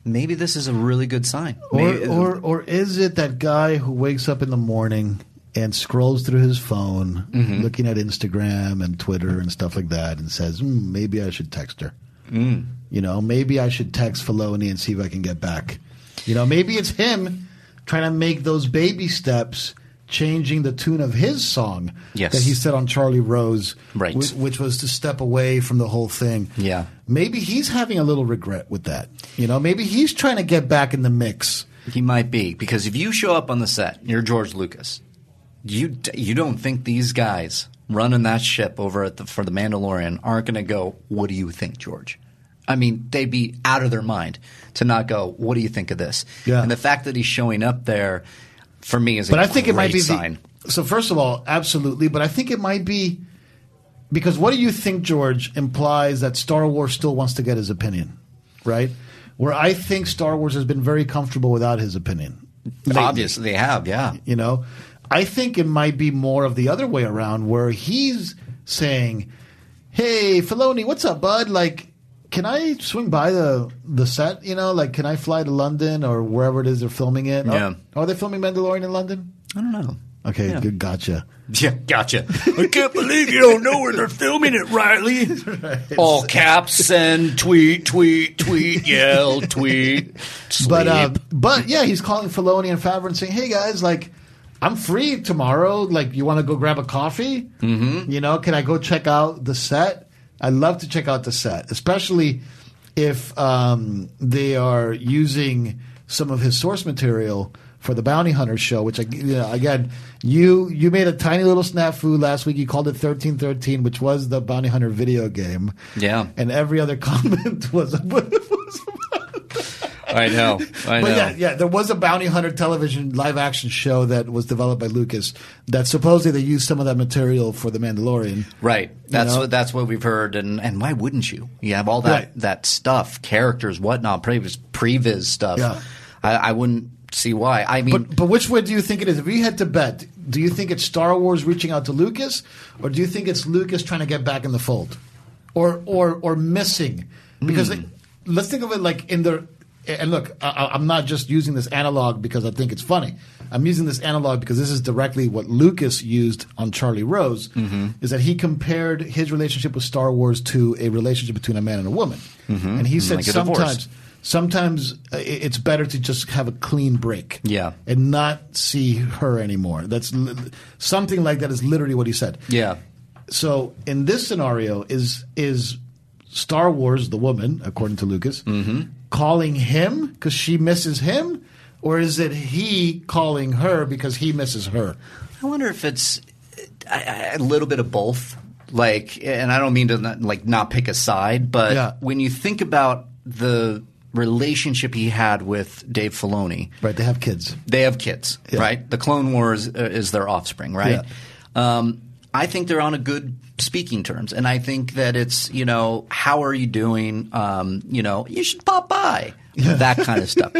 Speaker 4: Maybe this is a really good sign.
Speaker 5: Or,
Speaker 4: Maybe-
Speaker 5: or or is it that guy who wakes up in the morning and scrolls through his phone,
Speaker 4: Mm-hmm.
Speaker 5: looking at Instagram and Twitter and stuff like that, and says, mm, "Maybe I should text her."
Speaker 4: Mm.
Speaker 5: You know, maybe I should text Filoni and see if I can get back. You know, maybe it's him trying to make those baby steps, changing the tune of his song
Speaker 4: Yes.
Speaker 5: that he said on Charlie Rose,
Speaker 4: Right.
Speaker 5: whi- which was to step away from the whole thing.
Speaker 4: Yeah.
Speaker 5: Maybe he's having a little regret with that. You know, maybe he's trying to get back in the mix.
Speaker 4: he might be because if you show up on the set, you're George Lucas. You d- you don't think these guys running that ship over at the, for the Mandalorian aren't going to go? What do you think, George? I mean, they'd be out of their mind to not go. What do you think of this?
Speaker 5: Yeah.
Speaker 4: And the fact that he's showing up there for me is, a
Speaker 5: But I think it might
Speaker 4: great
Speaker 5: be
Speaker 4: sign.
Speaker 5: The, so first of all, absolutely. But I think it might be because what do you think, George, implies that Star Wars still wants to get his opinion, right? Where I think Star Wars has been very comfortable without his opinion.
Speaker 4: Obviously, they have. Yeah.
Speaker 5: You know, I think it might be more of the other way around, where he's saying, "Hey, Filoni, what's up, bud? Like, can I swing by the the set? You know, like, can I fly to London or wherever it is they're filming it? Are-
Speaker 4: Yeah.
Speaker 5: Are, they filming Mandalorian in London?
Speaker 4: I don't know.
Speaker 5: Okay, good, gotcha.
Speaker 4: *laughs* Yeah, gotcha. I can't believe you don't know where they're filming it,
Speaker 5: *laughs*
Speaker 4: Riley. All caps and tweet, tweet, tweet, yell, tweet. Sleep.
Speaker 5: *laughs* But uh, but yeah, he's calling Filoni and Favreau and saying, "Hey guys, like." I'm free tomorrow. Like, you want to go grab a coffee? Mm-hmm. You know, can I go check out the set? I love to check out the set, especially if um, they are using some of his source material for the Bounty Hunter show. Which, I, you know, again, you you made a tiny little snafu last week. You called it thirteen thirteen, which was the Bounty Hunter video game.
Speaker 4: Yeah.
Speaker 5: and every other *laughs* comment was
Speaker 4: I know. I know.
Speaker 5: But yeah, yeah, there was a bounty hunter television live action show that was developed by Lucas that supposedly they used some of that material for The Mandalorian.
Speaker 4: Right. That's
Speaker 5: know?
Speaker 4: what that's what we've heard and, and why wouldn't you? You have all that,
Speaker 5: Right.
Speaker 4: that stuff, characters, whatnot, previous previs stuff.
Speaker 5: Yeah.
Speaker 4: I, I wouldn't see why. I mean
Speaker 5: But but which way do you think it is? If you had to bet, do you think it's Star Wars reaching out to Lucas, or do you think it's Lucas trying to get back in the fold, or or or missing? Because
Speaker 4: Hmm.
Speaker 5: like, let's think of it like in the and look, I- I, I'm not just using this analog because I think it's funny. I'm using this analog because this is directly what Lucas used on Charlie Rose,
Speaker 4: Mm-hmm.
Speaker 5: is that he compared his relationship with Star Wars to a relationship between a man and a woman, and he said
Speaker 4: Mm-hmm. Like a divorce.
Speaker 5: sometimes sometimes uh, i- it's better to just have a clean break
Speaker 4: Yeah.
Speaker 5: and not see her anymore that's li- something like that is literally what he said
Speaker 4: Yeah.
Speaker 5: So in this scenario, is is Star Wars the woman, according to Lucas,
Speaker 4: Mm-hmm.
Speaker 5: calling him because she misses him, or is it he calling her because he misses her?
Speaker 4: I wonder if it's a, a- a little bit of both. Like, and I don't mean to not, like not pick a side, but
Speaker 5: Yeah.
Speaker 4: when you think about the relationship he had with Dave Filoni,
Speaker 5: Right, they have kids.
Speaker 4: they have kids, right? The Clone Wars uh, is their offspring, right? Um, I think they're on a good speaking terms, and I think that it's you know how are you doing? Um, you know, you should pop by that kind of
Speaker 5: *laughs*
Speaker 4: stuff.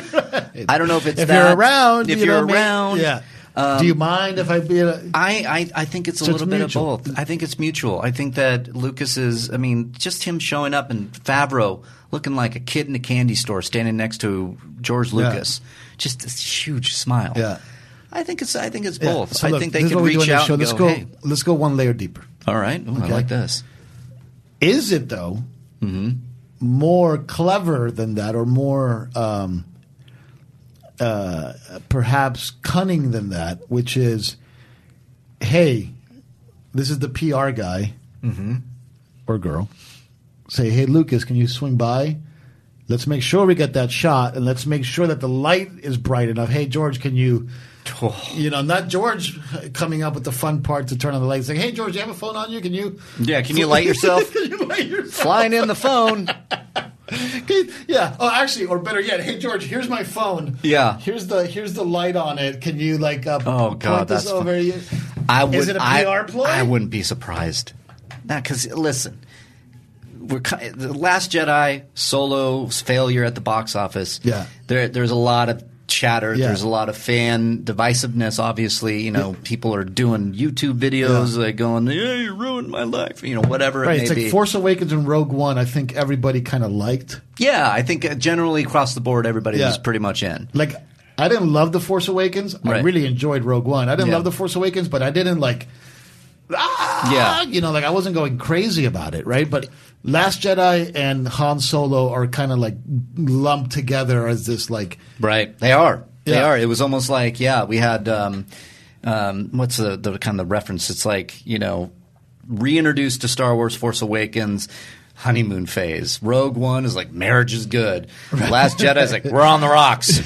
Speaker 4: I don't know if it's
Speaker 5: If
Speaker 4: that,
Speaker 5: you're around,
Speaker 4: if
Speaker 5: you
Speaker 4: you're
Speaker 5: know, may-
Speaker 4: around, um,
Speaker 5: yeah. Do you mind if I be? A,
Speaker 4: I, I, I think it's a
Speaker 5: So it's
Speaker 4: little bit of
Speaker 5: mutual.
Speaker 4: both. I think it's mutual. I think that Lucas is, I mean, just him showing up and Favreau looking like a kid in a candy store standing next to George Lucas, just this huge smile.
Speaker 5: Yeah.
Speaker 4: I think it's I think it's
Speaker 5: Yeah.
Speaker 4: both.
Speaker 5: So
Speaker 4: I
Speaker 5: look,
Speaker 4: think they
Speaker 5: this is
Speaker 4: can
Speaker 5: what we do
Speaker 4: reach
Speaker 5: on this
Speaker 4: out
Speaker 5: show.
Speaker 4: and
Speaker 5: let's
Speaker 4: go,
Speaker 5: go.
Speaker 4: hey,
Speaker 5: Let's go one layer deeper.
Speaker 4: all right, Ooh, I
Speaker 5: Okay.
Speaker 4: like
Speaker 5: *laughs*
Speaker 4: this.
Speaker 5: Is it though more clever than that, or more um, uh, perhaps cunning than that? Which is, hey, this is the PR guy or girl. Say, hey, Lucas, can you swing by? Let's make sure we get that shot, and let's make sure that the light is bright enough. Hey, George, can you? You know, not George coming up with the fun part to turn on the lights. Saying, "Hey, George, do you have a phone on you? Can you?
Speaker 4: Yeah, can you light yourself?
Speaker 5: *laughs* Can you light yourself?
Speaker 4: Flying in the phone.
Speaker 5: Okay, yeah. Oh, actually, or better yet, hey George, here's my phone.
Speaker 4: Yeah.
Speaker 5: Here's the here's the light on it. Can you like uh,
Speaker 4: Oh,
Speaker 5: point
Speaker 4: God,
Speaker 5: this
Speaker 4: that's
Speaker 5: over?
Speaker 4: fun-
Speaker 5: You?
Speaker 4: I would,
Speaker 5: Is it a
Speaker 4: I-
Speaker 5: PR ploy?
Speaker 4: I wouldn't be surprised. Not because listen, we're ki- the Last Jedi Solo's failure at the box office.
Speaker 5: Yeah.
Speaker 4: there, there's a lot of chatter.
Speaker 5: Yeah.
Speaker 4: There's a lot of fan divisiveness. Obviously, you know, people are doing YouTube videos like going, "Yeah, you ruined my life," you know, whatever
Speaker 5: Right.
Speaker 4: it
Speaker 5: It's
Speaker 4: may
Speaker 5: like
Speaker 4: be.
Speaker 5: Force Awakens and Rogue One. I think everybody kind of liked.
Speaker 4: yeah, I think uh, generally across the board, everybody
Speaker 5: Yeah.
Speaker 4: was pretty much in.
Speaker 5: Like, I didn't love the Force Awakens. I
Speaker 4: Right.
Speaker 5: really enjoyed Rogue One. I didn't
Speaker 4: Yeah.
Speaker 5: love the Force Awakens, but I didn't like.
Speaker 4: yeah,
Speaker 5: You know, like I wasn't going crazy about it, right? But Last Jedi and Han Solo are kind of like lumped together as this like
Speaker 4: Right. They are. They
Speaker 5: Yeah.
Speaker 4: are. It was almost like, yeah, we had um, um, what's the, the kind of reference? It's like, you know, reintroduced to Star Wars Force Awakens. Honeymoon phase. Rogue One is like marriage is good. Last Jedi is like we're on the
Speaker 5: *laughs*
Speaker 4: rocks.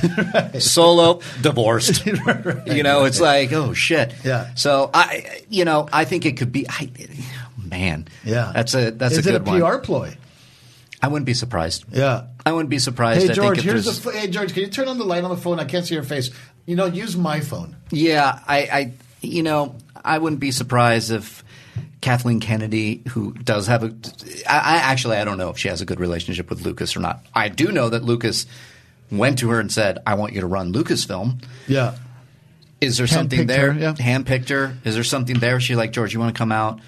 Speaker 4: Solo divorced. you know, it's like oh shit.
Speaker 5: Yeah.
Speaker 4: So I, you know, I think it could be. I, man.
Speaker 5: yeah.
Speaker 4: That's a that's
Speaker 5: Is
Speaker 4: a
Speaker 5: it
Speaker 4: good one.
Speaker 5: a PR ploy?
Speaker 4: I wouldn't be surprised.
Speaker 5: Yeah.
Speaker 4: I wouldn't be surprised.
Speaker 5: Hey
Speaker 4: I
Speaker 5: George,
Speaker 4: think if
Speaker 5: here's the
Speaker 4: there's-
Speaker 5: ph- hey George. Can you turn on the light on the phone? I can't see your face. You know, use my phone.
Speaker 4: Yeah, I, I you know, I wouldn't be surprised if Kathleen Kennedy, who does have a, I, I actually I don't know if she has a good relationship with Lucas or not. I do know that Lucas went to her and said, "I want you to run Lucasfilm."
Speaker 5: Yeah,
Speaker 4: Is there something
Speaker 5: Handpicked
Speaker 4: there?
Speaker 5: her, yeah.
Speaker 4: Handpicked her. Is there something there? She like George, you want to come out?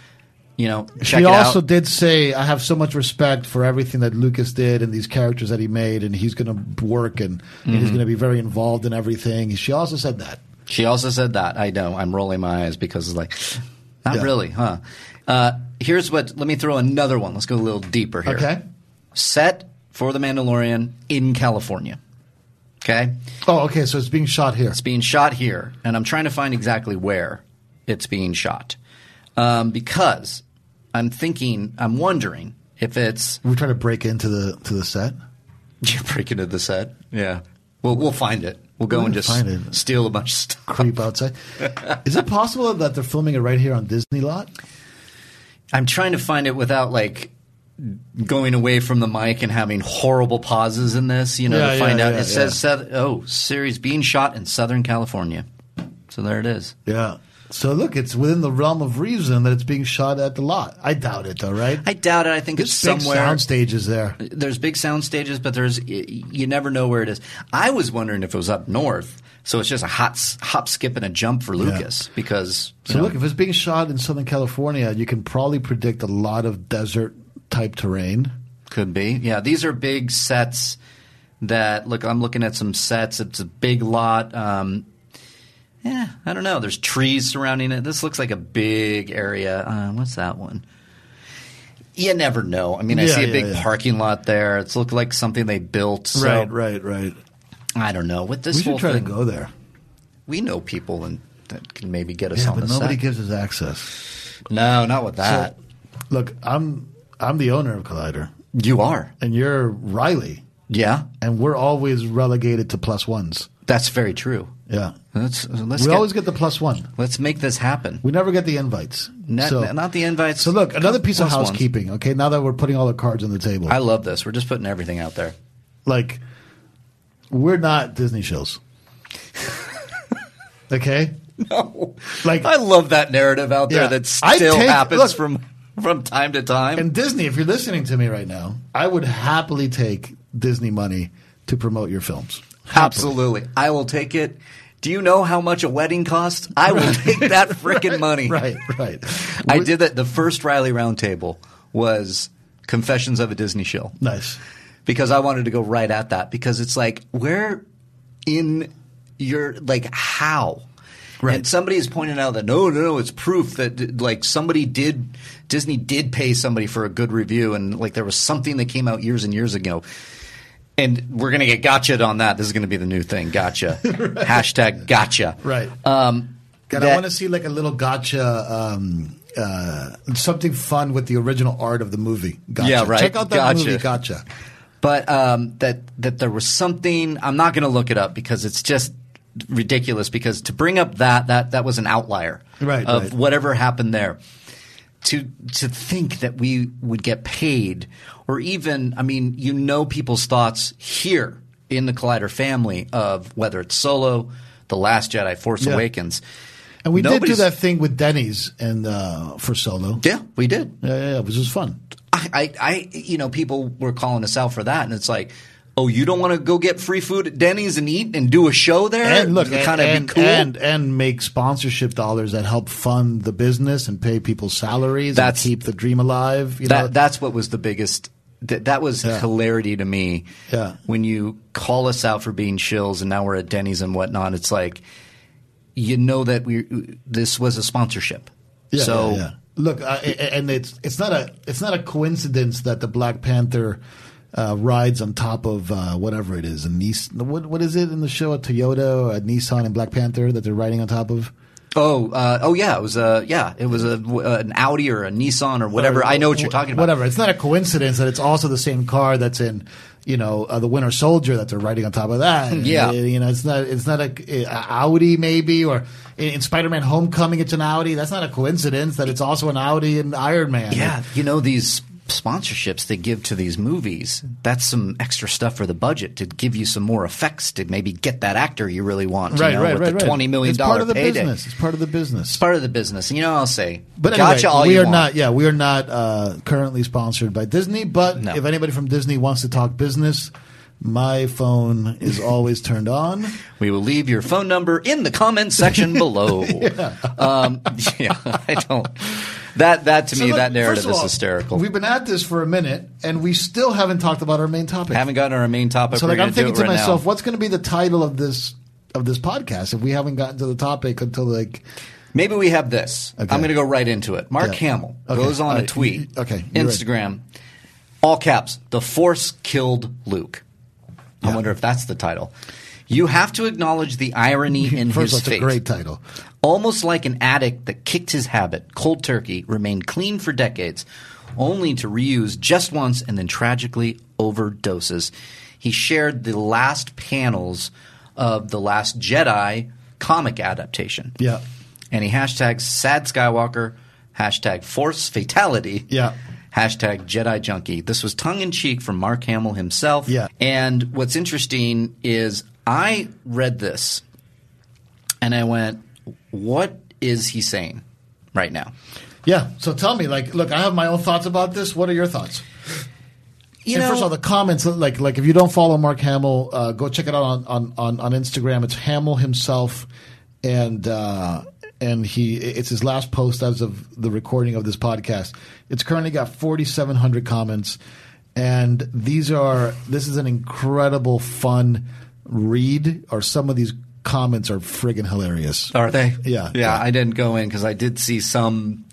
Speaker 4: You know, check
Speaker 5: she
Speaker 4: it
Speaker 5: also
Speaker 4: out.
Speaker 5: did say, "I have so much respect for everything that Lucas did and these characters that he made, and he's going to work and, and
Speaker 4: Mm-hmm.
Speaker 5: he's going to be very involved in everything." She also said that.
Speaker 4: She also said that. I know. I'm rolling my eyes because it's like, not
Speaker 5: Yeah.
Speaker 4: really, huh? Uh, here's what. Let me throw another one. Let's go a little deeper here.
Speaker 5: Okay.
Speaker 4: Set for The Mandalorian in California. Okay.
Speaker 5: Oh, okay. So it's being shot here.
Speaker 4: It's being shot here, and I'm trying to find exactly where it's being shot um, because I'm thinking, I'm wondering if it's. *laughs*
Speaker 5: We're trying to break into the to the set.
Speaker 4: You're breaking into the set. Yeah. We'll we'll find it. We'll go
Speaker 5: We're
Speaker 4: and
Speaker 5: gonna
Speaker 4: just
Speaker 5: find it.
Speaker 4: steal a bunch of stuff.
Speaker 5: Creep *laughs* outside. Is it possible that they're filming it right here on Disney lot?
Speaker 4: I'm trying to find it without like going away from the mic and having horrible pauses in this, you know,
Speaker 5: Yeah,
Speaker 4: to
Speaker 5: yeah,
Speaker 4: find out.
Speaker 5: yeah,
Speaker 4: it says,
Speaker 5: yeah.
Speaker 4: Seth, oh, series being shot in Southern California. So there it is.
Speaker 5: Yeah. So look, it's within the realm of reason that it's being shot at the lot. I doubt it, though, right?
Speaker 4: I doubt it. I think it's
Speaker 5: There's big
Speaker 4: somewhere.
Speaker 5: sound stages there.
Speaker 4: there's big sound stages, but there's y- you never know where it is. I was wondering if it was up north, so it's just a hot s- hop, skip, and a jump for Lucas because you
Speaker 5: So
Speaker 4: know,
Speaker 5: look, if it's being shot in Southern California, you can probably predict a lot of desert type terrain.
Speaker 4: Could be. Yeah, these are big sets that look. I'm looking at some sets. It's a big lot. Um, yeah, I don't know. There's trees surrounding it. This looks like a big area. Uh, what's that one? You never know. I mean, I
Speaker 5: Yeah,
Speaker 4: see a
Speaker 5: yeah,
Speaker 4: big
Speaker 5: yeah.
Speaker 4: parking lot there. It's looked like something they built. So
Speaker 5: right, right.
Speaker 4: I don't know. With this
Speaker 5: We should
Speaker 4: whole
Speaker 5: try
Speaker 4: thing,
Speaker 5: to go there.
Speaker 4: we know people and that can maybe get us
Speaker 5: Yeah,
Speaker 4: on
Speaker 5: but
Speaker 4: the
Speaker 5: nobody
Speaker 4: set.
Speaker 5: gives us access. Ah,
Speaker 4: No, not with that.
Speaker 5: Look, I'm I'm the owner of Collider,
Speaker 4: you are.
Speaker 5: and you're Riley,
Speaker 4: Yeah,
Speaker 5: and we're always relegated to plus ones.
Speaker 4: that's very true.
Speaker 5: Yeah,
Speaker 4: Let's uh, let's
Speaker 5: we
Speaker 4: get,
Speaker 5: always get the plus one.
Speaker 4: let's make this happen.
Speaker 5: We never get the invites.
Speaker 4: Not,
Speaker 5: so,
Speaker 4: not the invites.
Speaker 5: so look, another piece of
Speaker 4: Plus ones.
Speaker 5: housekeeping. Okay, now that we're putting all the cards on the table,
Speaker 4: I love this. We're just putting everything out there.
Speaker 5: like we're not
Speaker 4: *laughs*
Speaker 5: Disney shows. okay,
Speaker 4: No,
Speaker 5: Like-
Speaker 4: I love that narrative out there
Speaker 5: Yeah.
Speaker 4: that
Speaker 5: I
Speaker 4: still
Speaker 5: take-
Speaker 4: happens
Speaker 5: look-
Speaker 4: from from time to time.
Speaker 5: and Disney. If you're listening to me right now, I would happily take Disney money to promote your films.
Speaker 4: Absolutely, I will take it. Do you know how much a wedding costs? I will take
Speaker 5: *laughs*
Speaker 4: that freaking money.
Speaker 5: Right, right.
Speaker 4: I did that. The first Riley Roundtable was Confessions of a Disney Show.
Speaker 5: Nice.
Speaker 4: because I wanted to go right at that because it's like where in your like how.
Speaker 5: Right.
Speaker 4: And somebody is pointing out that no, no, no, it's proof that like somebody did Disney did pay somebody for a good review, and like there was something that came out years and years ago, and we're gonna get gotcha on that. This is gonna be the new thing,
Speaker 5: *laughs*
Speaker 4: gotcha. Hashtag gotcha.
Speaker 5: Right.
Speaker 4: Um,
Speaker 5: God, I
Speaker 4: that-
Speaker 5: want to see like a little gotcha, um, uh, something fun with the original art of the movie. Gotcha.
Speaker 4: Yeah, right.
Speaker 5: Check out that
Speaker 4: Gotcha.
Speaker 5: movie, Gotcha.
Speaker 4: but um, that that there was something. I'm not going to look it up because it's just ridiculous. Because to bring up that that that was an outlier
Speaker 5: Right,
Speaker 4: of
Speaker 5: right.
Speaker 4: whatever happened there. To to think that we would get paid, or even I mean, you know, people's thoughts here in the Collider family of whether it's Solo, The Last Jedi, Force
Speaker 5: Yeah.
Speaker 4: Awakens,
Speaker 5: And we did do
Speaker 4: Nobody's-
Speaker 5: that thing with Denny's and uh, for Solo.
Speaker 4: Yeah, we did.
Speaker 5: Yeah, yeah, yeah, which was fun.
Speaker 4: I, I, I, you know, people were calling us out for that, and it's like, oh, you don't want to go get free food at Denny's and eat and do a show there,
Speaker 5: And look,
Speaker 4: and kind of
Speaker 5: and,
Speaker 4: be cool.
Speaker 5: and and make sponsorship dollars that help fund the business and pay people's salaries.
Speaker 4: That's-
Speaker 5: and keep the dream alive. You
Speaker 4: that
Speaker 5: know,
Speaker 4: that's what was the biggest. That, that was hilarity to me.
Speaker 5: Yeah.
Speaker 4: When you call us out for being shills, and now we're at Denny's and whatnot, it's like, you know that we this was a sponsorship.
Speaker 5: Yeah,
Speaker 4: so
Speaker 5: yeah, yeah. look, I, I- and it's it's not a it's not a coincidence that the Black Panther uh, rides on top of uh, whatever it is a Nissan. What what is it in the show? A Toyota, a Nissan, and Black Panther that they're riding on top of.
Speaker 4: oh uh, oh yeah, it was a yeah, it was a an Audi or a Nissan or whatever. I know what you're talking about.
Speaker 5: Whatever. It's not a coincidence that it's also the same car that's in. You know, uh, the Winter Soldier that they're riding on top of that. And,
Speaker 4: Yeah.
Speaker 5: uh, you know, it's not it's not a, a Audi maybe or in, in Spider-Man: Homecoming it's an Audi. That's not a coincidence that it's also an Audi in Iron Man.
Speaker 4: Yeah, you know these sponsorships they give to these movies. That's some extra stuff for the budget to give you some more effects to maybe get that actor you really want. you
Speaker 5: right,
Speaker 4: know,
Speaker 5: right,
Speaker 4: with
Speaker 5: right,
Speaker 4: the
Speaker 5: right.
Speaker 4: twenty million
Speaker 5: it's part
Speaker 4: dollar
Speaker 5: of the
Speaker 4: payday.
Speaker 5: business. It's part of the business.
Speaker 4: Part of the business, and you know I'll say,
Speaker 5: but anyway,
Speaker 4: gotcha. all
Speaker 5: we
Speaker 4: you
Speaker 5: are
Speaker 4: want.
Speaker 5: not. Yeah, we are not uh, currently sponsored by Disney. But
Speaker 4: No.
Speaker 5: if anybody from Disney wants to talk business, my phone is always
Speaker 4: *laughs*
Speaker 5: turned on.
Speaker 4: We will leave your phone number in the
Speaker 5: *laughs*
Speaker 4: comment section below. yeah. Um, yeah, I don't. That that to
Speaker 5: So
Speaker 4: me
Speaker 5: look,
Speaker 4: that narrative
Speaker 5: first of
Speaker 4: is
Speaker 5: all,
Speaker 4: hysterical.
Speaker 5: We've been at this for a minute, and we still haven't talked about our main topic.
Speaker 4: haven't gotten to our main topic.
Speaker 5: so,
Speaker 4: We're
Speaker 5: like, I'm
Speaker 4: gonna do
Speaker 5: thinking
Speaker 4: it
Speaker 5: to
Speaker 4: right now.
Speaker 5: myself, what's going to be the title of this of this podcast if we haven't gotten to the topic until like
Speaker 4: Maybe we have this.
Speaker 5: Okay.
Speaker 4: I'm going to go right into it. Mark
Speaker 5: Yeah.
Speaker 4: Hamill
Speaker 5: Okay.
Speaker 4: goes on
Speaker 5: All
Speaker 4: a
Speaker 5: right.
Speaker 4: tweet,
Speaker 5: You- you- okay. You're right.
Speaker 4: Instagram, all caps, The Force Killed Luke. I wonder if that's the title. You have to acknowledge the
Speaker 5: *laughs*
Speaker 4: irony in
Speaker 5: first?
Speaker 4: his
Speaker 5: That's a
Speaker 4: fate.
Speaker 5: great title.
Speaker 4: Almost like an addict that kicked his habit, cold turkey, remained clean for decades, only to reuse just once and then tragically overdoses. He shared the last panels of The Last Jedi comic adaptation.
Speaker 5: Yeah.
Speaker 4: And he hashtags sad Skywalker, hashtag force fatality,
Speaker 5: Yeah.
Speaker 4: hashtag Jedi junkie. This was tongue in cheek from Mark Hamill himself.
Speaker 5: Yeah.
Speaker 4: And what's interesting is I read this and I went, what is he saying right now?
Speaker 5: Yeah. So tell me, like, look, I have my own thoughts about this. What are your thoughts?
Speaker 4: You
Speaker 5: and first of all, the comments like like if you don't follow Mark Hamill, uh, go check it out on, on, on, on Instagram. It's Hamill himself, and uh, and he it's his last post as of the recording of this podcast. It's currently got forty seven hundred comments, and these are this is an incredible fun read. Or some of these comments are friggin' hilarious.
Speaker 4: are they?
Speaker 5: Yeah,
Speaker 4: Yeah,
Speaker 5: yeah.
Speaker 4: I didn't go in because I did see some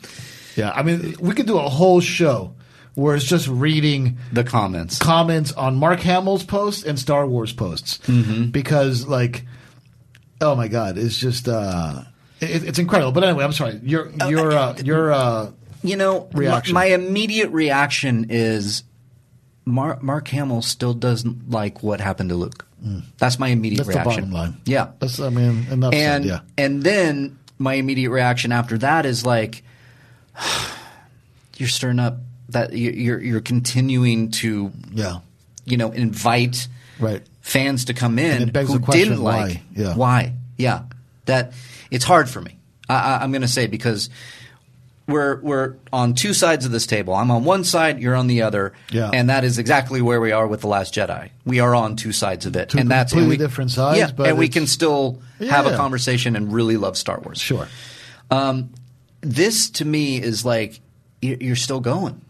Speaker 5: Yeah, I mean we could do a whole show where it's just reading.
Speaker 4: the comments.
Speaker 5: comments on Mark Hamill's posts and
Speaker 4: Mm-hmm.
Speaker 5: Star Wars posts because, like, oh my god, it's just uh, It, it's incredible. But anyway, I'm sorry. Your your uh, your uh,
Speaker 4: You know, my-
Speaker 5: Reaction.
Speaker 4: My, immediate reaction is Mar- Mark Hamill still doesn't like what happened to Luke. That's my immediate
Speaker 5: Mm. that's the
Speaker 4: reaction.
Speaker 5: bottom line.
Speaker 4: Yeah.
Speaker 5: That's I mean, enough
Speaker 4: and
Speaker 5: said. Yeah.
Speaker 4: and then my immediate reaction after that is like *sighs* you're stirring up that you're you're, you're continuing to
Speaker 5: Yeah.
Speaker 4: you know invite
Speaker 5: Right.
Speaker 4: fans to come in
Speaker 5: it begs
Speaker 4: who
Speaker 5: the question,
Speaker 4: didn't
Speaker 5: why?
Speaker 4: like
Speaker 5: Yeah.
Speaker 4: why yeah that it's hard for me I, I, I'm gonna say because we're we're on two sides of this table I'm on one side you're on the other
Speaker 5: Yeah.
Speaker 4: and that is exactly where we are with the Last Jedi we are on two sides of it
Speaker 5: Two
Speaker 4: and that's and
Speaker 5: completely
Speaker 4: we-
Speaker 5: different sides,
Speaker 4: yeah,
Speaker 5: but
Speaker 4: and we
Speaker 5: it's-
Speaker 4: can still have a
Speaker 5: Yeah.
Speaker 4: conversation and really love Star Wars Um,
Speaker 5: Sure.
Speaker 4: this to me is like y- you're still going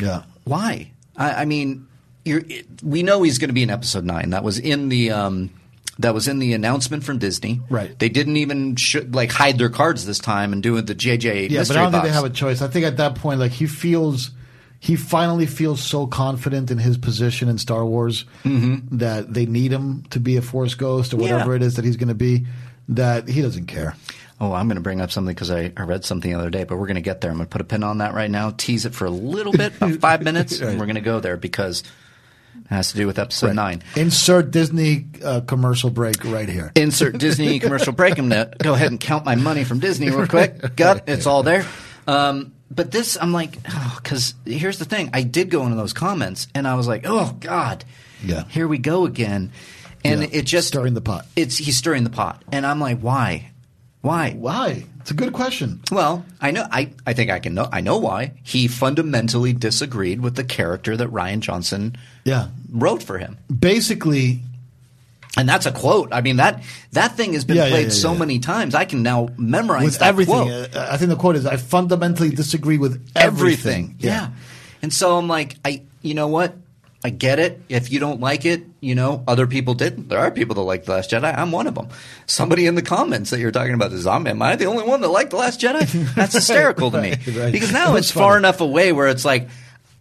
Speaker 5: Yeah.
Speaker 4: why? I, I mean, you're, it, we know he's going to be in episode nine. That was in the um, that was in the announcement from Disney.
Speaker 5: Right.
Speaker 4: They didn't even sh- like hide their cards this time and do it the JJ.
Speaker 5: Yeah,
Speaker 4: mystery
Speaker 5: but I don't think
Speaker 4: box.
Speaker 5: they have a choice. I think at that point, like he feels, he finally feels so confident in his position in Star Wars that they need him to be a Force ghost or whatever
Speaker 4: Mm-hmm. Yeah.
Speaker 5: it is that he's going to be. That he doesn't care.
Speaker 4: Oh, I'm going to bring up something because I, I read something the other day, but we're going to get there. I'm going to put a pin on that right now, tease it for a little bit, about five
Speaker 5: *laughs*
Speaker 4: minutes, and we're going to go there because it has to do with episode nine.
Speaker 5: Insert Disney uh, commercial break right here.
Speaker 4: insert Disney commercial break. I'm gonna go ahead and count my money from Disney real quick. Gut, it's all there. Um, but this, I'm like, because here's the thing: I did go into those comments, and I was like, oh God,
Speaker 5: Yeah.
Speaker 4: here we go again. And
Speaker 5: Yeah.
Speaker 4: it just
Speaker 5: Stirring the pot.
Speaker 4: It's he's stirring the pot, and I'm like, why, why?
Speaker 5: Why? It's a good question.
Speaker 4: Well, I know. I, I think I can know. I know why he fundamentally disagreed with the character that Ryan Johnson
Speaker 5: Yeah.
Speaker 4: wrote for him.
Speaker 5: Basically,
Speaker 4: And that's a quote. I mean that that thing has been
Speaker 5: Yeah, yeah,
Speaker 4: played
Speaker 5: yeah,
Speaker 4: so
Speaker 5: yeah.
Speaker 4: many times. I can now memorize
Speaker 5: with
Speaker 4: that
Speaker 5: everything,
Speaker 4: quote.
Speaker 5: uh, I think the quote is: "I fundamentally disagree with everything."
Speaker 4: Yeah. And so I'm like, I you know what? I get it. If you don't like it, you know, other people didn't. There are people that like The Last Jedi. I'm one of them. Somebody in the comments that you're talking about is, I'm, am I the only one that liked The Last Jedi? That's hysterical to me.
Speaker 5: *laughs* Right, right.
Speaker 4: Because now
Speaker 5: That's
Speaker 4: it's far
Speaker 5: funny.
Speaker 4: enough away where it's like,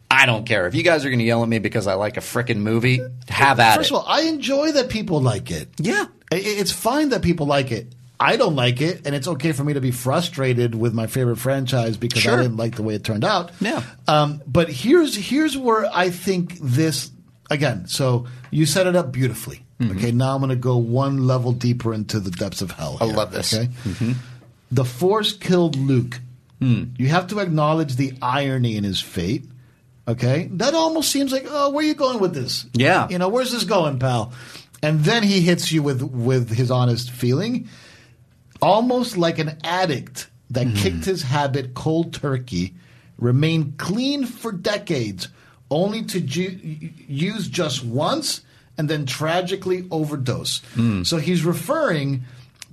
Speaker 4: I don't care. If you guys are going to yell at me because I like a frickin' movie, have at
Speaker 5: First
Speaker 4: it.
Speaker 5: of all, I enjoy that people like it.
Speaker 4: Yeah.
Speaker 5: I- I- It's fine that people like it. I don't like it, and it's okay for me to be frustrated with my favorite franchise because I
Speaker 4: Sure.
Speaker 5: didn't like the way it turned out.
Speaker 4: Yeah.
Speaker 5: Um, but here's here's where I think this again. So you set it up beautifully.
Speaker 4: Mm-hmm.
Speaker 5: Okay. Now I'm going to go one level deeper into the depths of hell.
Speaker 4: I
Speaker 5: here,
Speaker 4: love this. Mm-hmm.
Speaker 5: Okay. The Force killed Luke. You have to acknowledge the irony in his fate. Okay, that almost seems like, oh, where are you going with this?
Speaker 4: Yeah.
Speaker 5: you know, where's this going, pal? And then he hits you with with his honest feeling, almost like an addict that
Speaker 4: Hmm.
Speaker 5: kicked his habit cold turkey, remained clean for decades, only to ju- use just once and then tragically overdose.
Speaker 4: Hmm.
Speaker 5: So he's referring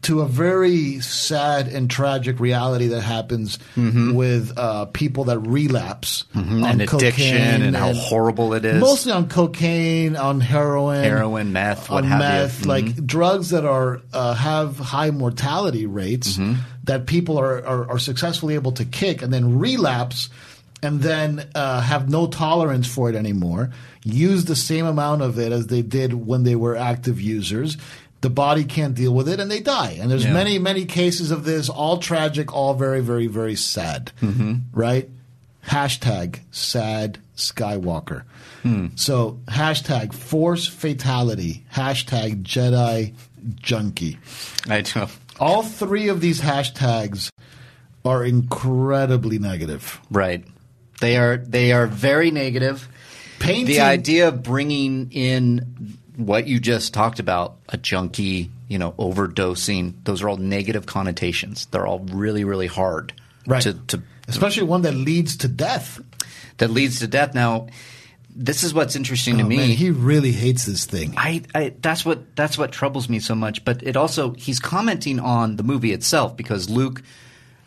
Speaker 5: to a very sad and tragic reality that happens with uh, people that relapse on
Speaker 4: Mm-hmm. And
Speaker 5: cocaine
Speaker 4: addiction and how horrible it is.
Speaker 5: Mostly on cocaine, on heroin,
Speaker 4: Heroin, meth, what
Speaker 5: on
Speaker 4: have you. Mm-hmm.
Speaker 5: meth, like drugs that are uh, have high mortality rates
Speaker 4: Mm-hmm.
Speaker 5: that people are, are are successfully able to kick and then relapse and then uh, have no tolerance for it anymore. Use the same amount of it as they did when they were active users. The body can't deal with it and they die. And there's
Speaker 4: Yeah.
Speaker 5: many many cases of this, all tragic, all very very very sad.
Speaker 4: Mm-hmm.
Speaker 5: Right? Hashtag sad Skywalker. So hashtag force fatality. Hashtag Jedi junkie.
Speaker 4: I do.
Speaker 5: All three of these hashtags are incredibly negative.
Speaker 4: Right. They are they are very negative.
Speaker 5: Painting
Speaker 4: The idea of bringing in what you just talked about, a junkie, you know, overdosing, those are all negative connotations. They're all really really hard
Speaker 5: right,
Speaker 4: to, to
Speaker 5: especially one that leads to death.
Speaker 4: that leads to death. Now, this is what's interesting to
Speaker 5: Oh,
Speaker 4: me.
Speaker 5: man, he really hates this thing.
Speaker 4: I, I that's what that's what troubles me so much. But it also he's commenting on the movie itself because Luke,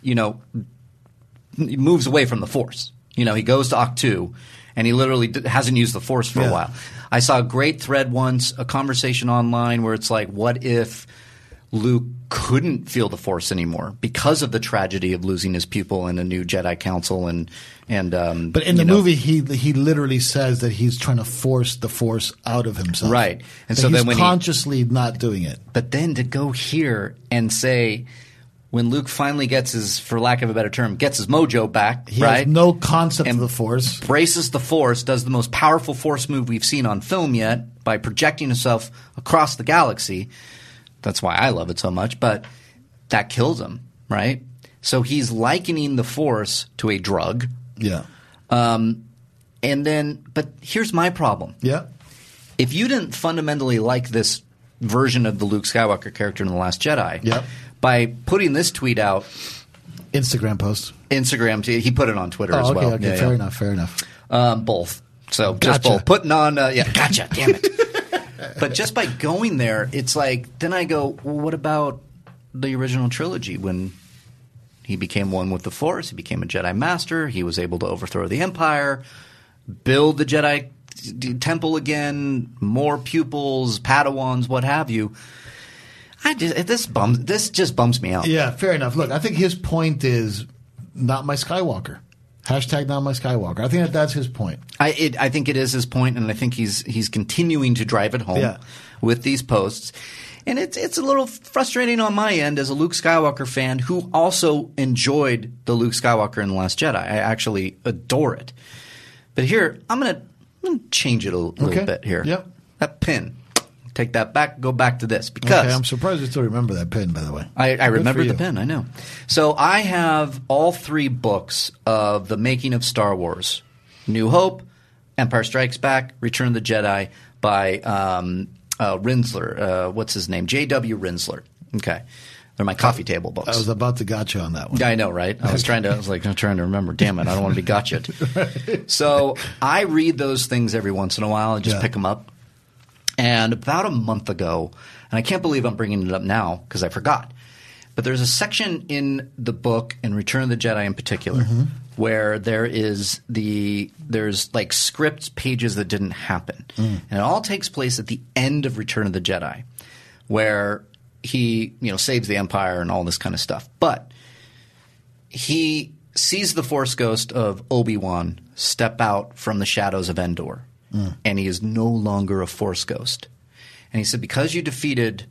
Speaker 4: you know, he moves away from the Force. You know, he goes to Octu, and he literally d- hasn't used the Force for
Speaker 5: Yeah.
Speaker 4: a while. I saw a great thread once, a conversation online where it's like, what if Luke couldn't feel the Force anymore because of the tragedy of losing his pupil and a new Jedi Council and and um,
Speaker 5: But in
Speaker 4: you
Speaker 5: the
Speaker 4: know,
Speaker 5: movie, he he literally says that he's trying to force the force out of himself.
Speaker 4: Right. And
Speaker 5: That
Speaker 4: so
Speaker 5: he's
Speaker 4: then when he-
Speaker 5: consciously not doing it.
Speaker 4: But then to go here and say, when Luke finally gets his, for lack of a better term, gets his mojo back,
Speaker 5: He
Speaker 4: right?
Speaker 5: has no concept
Speaker 4: And-
Speaker 5: of the force.
Speaker 4: braces the force, does the most powerful force move we've seen on film yet by projecting himself across the galaxy. That's why I love it so much, but that kills him, right? So he's likening the force to a drug.
Speaker 5: Yeah.
Speaker 4: Um, and then, but here's my problem
Speaker 5: Yeah.
Speaker 4: if you didn't fundamentally like this version of the Luke Skywalker character in The Last Jedi,
Speaker 5: Yep.
Speaker 4: by putting this tweet out,
Speaker 5: Instagram post.
Speaker 4: Instagram, he put it on Twitter
Speaker 5: Oh,
Speaker 4: as
Speaker 5: okay,
Speaker 4: well.
Speaker 5: okay.
Speaker 4: Yeah,
Speaker 5: fair
Speaker 4: yeah.
Speaker 5: enough. Fair enough.
Speaker 4: Um, both. So just
Speaker 5: Gotcha.
Speaker 4: both. Putting on, uh, yeah,
Speaker 5: *laughs*
Speaker 4: gotcha, damn it. but just by going there, it's like, then I go, well, what about the original trilogy when he became one with the Force? He became a Jedi Master. He was able to overthrow the Empire, build the Jedi d- Temple again, more pupils, Padawans, what have you. I just, this bums, this just bums me out.
Speaker 5: Yeah, fair enough. Look, I think his point is not my Skywalker. Hashtag not my Skywalker. I think that that's his point.
Speaker 4: I, it, I think it is his point, and I think he's he's continuing to drive it home
Speaker 5: Yeah.
Speaker 4: with these posts. And it's it's a little frustrating on my end as a Luke Skywalker fan who also enjoyed the Luke Skywalker in the Last Jedi. I actually adore it. But here, I'm gonna, I'm gonna change it a l- little
Speaker 5: Okay.
Speaker 4: bit here.
Speaker 5: Yep.
Speaker 4: That pin, take that back. Go back to this because
Speaker 5: Okay, I'm surprised you still remember that pin, by the way.
Speaker 4: I, I remember
Speaker 5: you.
Speaker 4: the pen. I know. So I have all three books of the making of Star Wars: New Hope, Empire Strikes Back, Return of the Jedi by um, uh, Rinsler. Uh, what's his name? J.W. Rinsler. Okay, they're my coffee table books.
Speaker 5: I was about to gotcha on that one.
Speaker 4: Yeah, I know, right? I was trying to. I was like, I'm trying to remember. Damn it, I don't want to be gotcha'd. So I read those things every once in a while. I just
Speaker 5: Yeah.
Speaker 4: pick them up. And about a month ago, and I can't believe I'm bringing it up now because I forgot. But there's a section in the book in Return of the Jedi in particular where there is the there's like script pages that didn't happen. And it all takes place at the end of Return of the Jedi where he, you know, saves the empire and all this kind of stuff. But he sees the force ghost of Obi-Wan step out from the shadows of Endor, and he is no longer a force ghost. And he said, because you defeated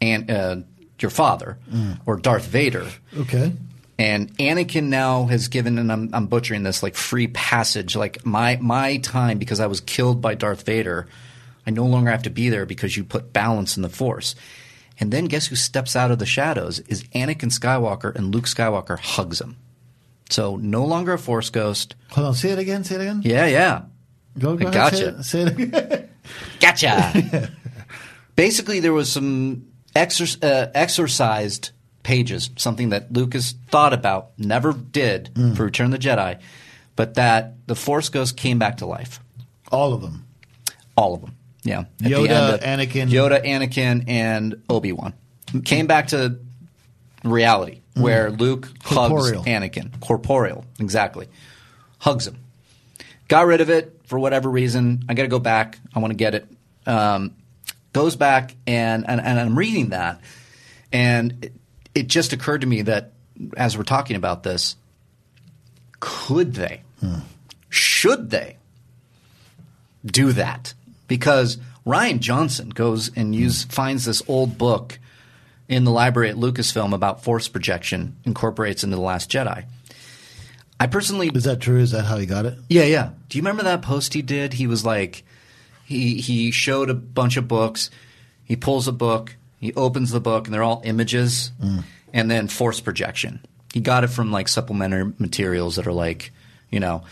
Speaker 4: An- uh, your father or Darth Vader,
Speaker 5: Okay.
Speaker 4: and Anakin now has given, and I'm, I'm butchering this, like free passage. Like my my time because I was killed by Darth Vader, I no longer have to be there because you put balance in the Force. And then guess who steps out of the shadows is Anakin Skywalker, and Luke Skywalker hugs him. So no longer a Force ghost.
Speaker 5: Hold on. Say it again. Say it again.
Speaker 4: Yeah, yeah,
Speaker 5: Go, go
Speaker 4: I
Speaker 5: ahead,
Speaker 4: gotcha.
Speaker 5: Say it, say it again. *laughs*
Speaker 4: gotcha. *laughs* Basically, there was some exor- uh, exorcised pages, something that Lucas thought about, never did for Return of the Jedi, but that the Force Ghost came back to life.
Speaker 5: All of them.
Speaker 4: All of them. Yeah. At the
Speaker 5: Yoda,
Speaker 4: end of-
Speaker 5: Anakin.
Speaker 4: Yoda, Anakin, and Obi Wan came back to reality where Luke hugs
Speaker 5: Mm-hmm. Corporeal.
Speaker 4: Anakin. Corporeal. Exactly. Hugs him. Got rid of it for whatever reason. I got to go back. I want to get it. Um, goes back, and, and, and I'm reading that. And it, it just occurred to me that as we're talking about this, could they, should they do that? Because Ryan Johnson goes and use, finds this old book in the library at Lucasfilm about force projection, incorporates into The Last Jedi. I personally
Speaker 5: Is that true? Is that how he got it?
Speaker 4: yeah, yeah. Do you remember that post he did? He was like, he he showed a bunch of books. He pulls a book. He opens the book, and they're all images, and then force projection. He got it from like supplementary materials that are like, you know,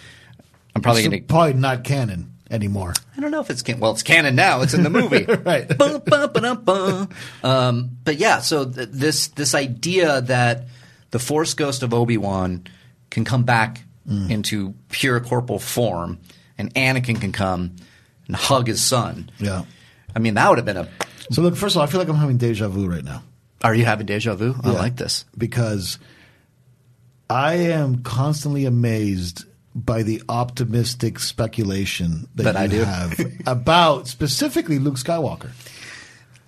Speaker 4: I'm probably
Speaker 5: So
Speaker 4: going to.
Speaker 5: probably not canon anymore.
Speaker 4: I don't know if it's can- well, it's canon now. It's in the movie,
Speaker 5: *laughs* Right.
Speaker 4: Bum, bum, ba-dum, bum. Um, but yeah, so th- this this idea that the Force Ghost of Obi Wan can come back
Speaker 5: Mm.
Speaker 4: into pure corporal form, and Anakin can come and hug his son.
Speaker 5: Yeah.
Speaker 4: I mean that would have been a.
Speaker 5: So look, first of all, I feel like I'm having deja vu right now.
Speaker 4: Are you having deja vu? I
Speaker 5: Yeah.
Speaker 4: like this.
Speaker 5: because I am constantly amazed by the optimistic speculation that,
Speaker 4: That
Speaker 5: you
Speaker 4: I do.
Speaker 5: have about specifically Luke Skywalker.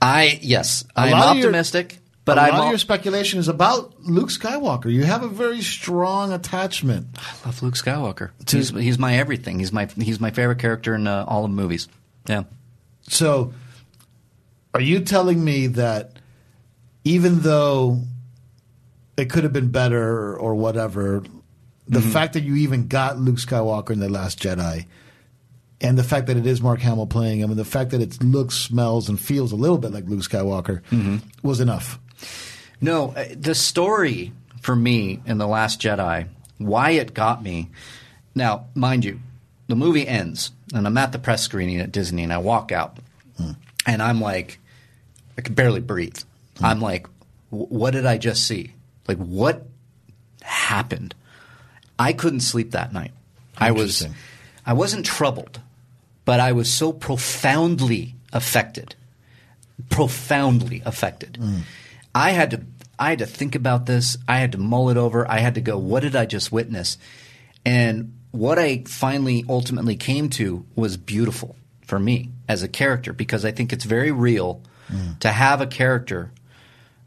Speaker 4: I yes, I'm
Speaker 5: lot of your-
Speaker 4: optimistic, but
Speaker 5: a
Speaker 4: I'm
Speaker 5: lot
Speaker 4: al-
Speaker 5: of your speculation is about Luke Skywalker. You have a very strong attachment.
Speaker 4: love Luke Skywalker. he's, he's my everything. He's my he's my favorite character in uh, all the movies. Yeah.
Speaker 5: So, are you telling me that even though it could have been better or whatever. The fact that you even got Luke Skywalker in The Last Jedi, and the fact that it is Mark Hamill playing him, and the fact that it looks, smells, and feels a little bit like Luke Skywalker was enough.
Speaker 4: No, uh, the story for me in The Last Jedi, why it got me. Now, mind you, the movie ends, and I'm at the press screening at Disney, and I walk out, and I'm like, I could barely breathe. I'm like, "Wh- what did I just see? Like, what happened? I couldn't sleep that night. I was,
Speaker 5: Interesting.
Speaker 4: I wasn't troubled, but I was so profoundly affected profoundly affected.
Speaker 5: Mm.
Speaker 4: I had to I had to think about this. I had to mull it over. I had to go, what did I just witness? And what I finally ultimately came to was beautiful for me as a character because I think it's very real
Speaker 5: Mm.
Speaker 4: to have a character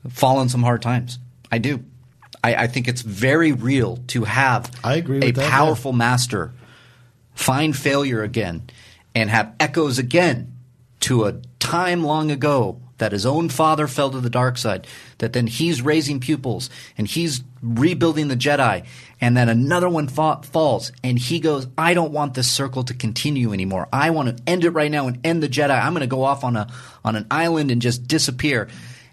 Speaker 4: fall on some hard times. I do. I, I think it's very real to have
Speaker 5: I agree
Speaker 4: a
Speaker 5: with that, yeah.
Speaker 4: powerful master find failure again and have echoes again to a time long ago that his own father fell to the dark side, that then he's raising pupils and he's rebuilding the Jedi, and then another one fa- falls and he goes, I don't want this circle to continue anymore. I want to end it right now and end the Jedi. I'm going to go off on, a, on an island and just disappear.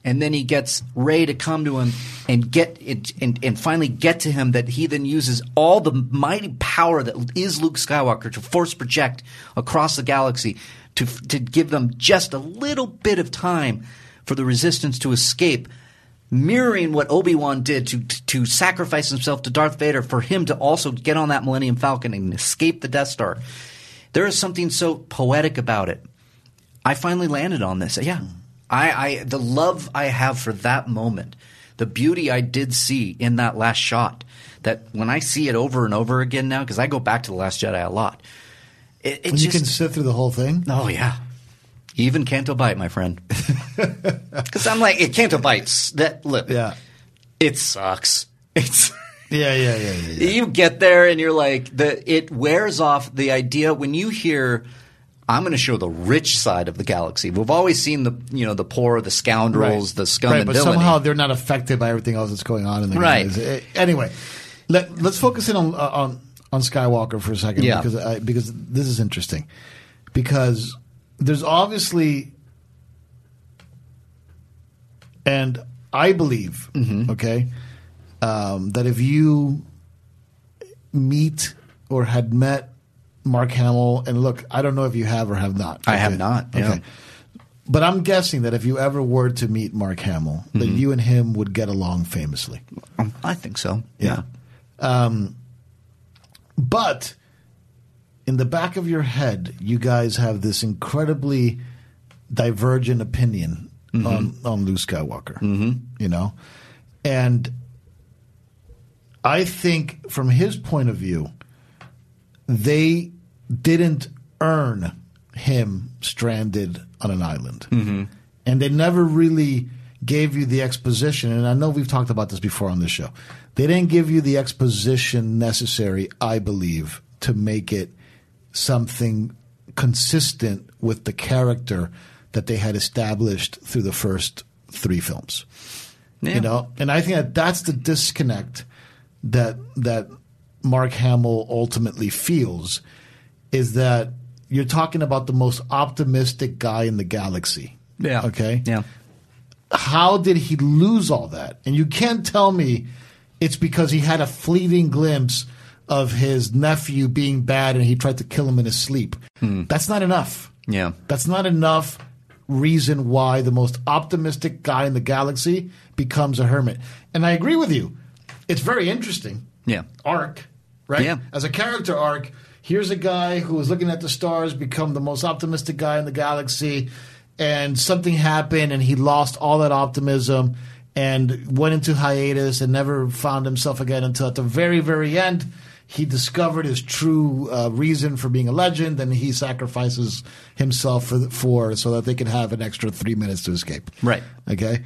Speaker 4: And then he gets Ray to come to him and get it, and, and finally get to him that he then uses all the mighty power that is Luke Skywalker to force project across the galaxy to to give them just a little bit of time for the resistance to escape, mirroring what Obi Wan did to, to to sacrifice himself to Darth Vader for him to also get on that Millennium Falcon and escape the Death Star. There is something so poetic about it. I finally landed on this. Yeah. I, I the love I have for that moment, the beauty I did see in that last shot. That when I see it over and over again now, because I go back to the Last Jedi a lot. It, it
Speaker 5: When you
Speaker 4: just
Speaker 5: can sit through the whole thing,
Speaker 4: oh yeah, even Canto Bite, my
Speaker 5: *laughs*
Speaker 4: friend. Because I'm like it, Canto Bites. That look,
Speaker 5: yeah,
Speaker 4: it sucks. It's.
Speaker 5: yeah, yeah, yeah, yeah. yeah.
Speaker 4: You get there and you're like the it wears off the idea when you hear I'm going to show the rich side of the galaxy. We've always seen the you know the poor, the scoundrels, the scum
Speaker 5: right,
Speaker 4: and
Speaker 5: but
Speaker 4: villainy.
Speaker 5: somehow they're not affected by everything else that's going on in the
Speaker 4: Right.
Speaker 5: guys. Eh, Anyway, let, let's focus in on uh, on on Skywalker for a second
Speaker 4: Yeah.
Speaker 5: because I, because this is interesting because there's obviously and I believe
Speaker 4: Mm-hmm.
Speaker 5: okay um, that if you meet or had met Mark Hamill and look, I don't know if you have or have not.
Speaker 4: I have not, yeah.
Speaker 5: But I'm guessing that if you ever were to meet Mark Hamill, that
Speaker 4: Mm-hmm.
Speaker 5: you and him would get along famously.
Speaker 4: Um, I think so.
Speaker 5: Yeah. But in the back of your head, you guys have this incredibly divergent opinion
Speaker 4: Mm-hmm.
Speaker 5: on, on Luke Skywalker. Mm-hmm. You know? And I think from his point of view, they didn't earn him stranded on an island. And they never really gave you the exposition. And I know we've talked about this before on this show. They didn't give you the exposition necessary, I believe, to make it something consistent with the character that they had established through the first three films you know and i think that that's the disconnect that that mark hamill ultimately feels is that you're talking about the most optimistic guy in the galaxy
Speaker 4: Yeah.
Speaker 5: okay
Speaker 4: Yeah.
Speaker 5: how did he lose all that? And you can't tell me it's because he had a fleeting glimpse of his nephew being bad and he tried to kill him in his sleep. That's not enough.
Speaker 4: Hmm. Yeah.
Speaker 5: That's not enough reason why the most optimistic guy in the galaxy becomes a hermit. And I agree with you. It's very interesting.
Speaker 4: Yeah.
Speaker 5: Arc, right?
Speaker 4: Yeah.
Speaker 5: As a character arc, here's a guy who was looking at the stars, become the most optimistic guy in the galaxy, and something happened and he lost all that optimism and went into hiatus and never found himself again until at the very, very end he discovered his true uh, reason for being a legend and he sacrifices himself for, for so that they can have an extra three minutes to escape
Speaker 4: Right.
Speaker 5: okay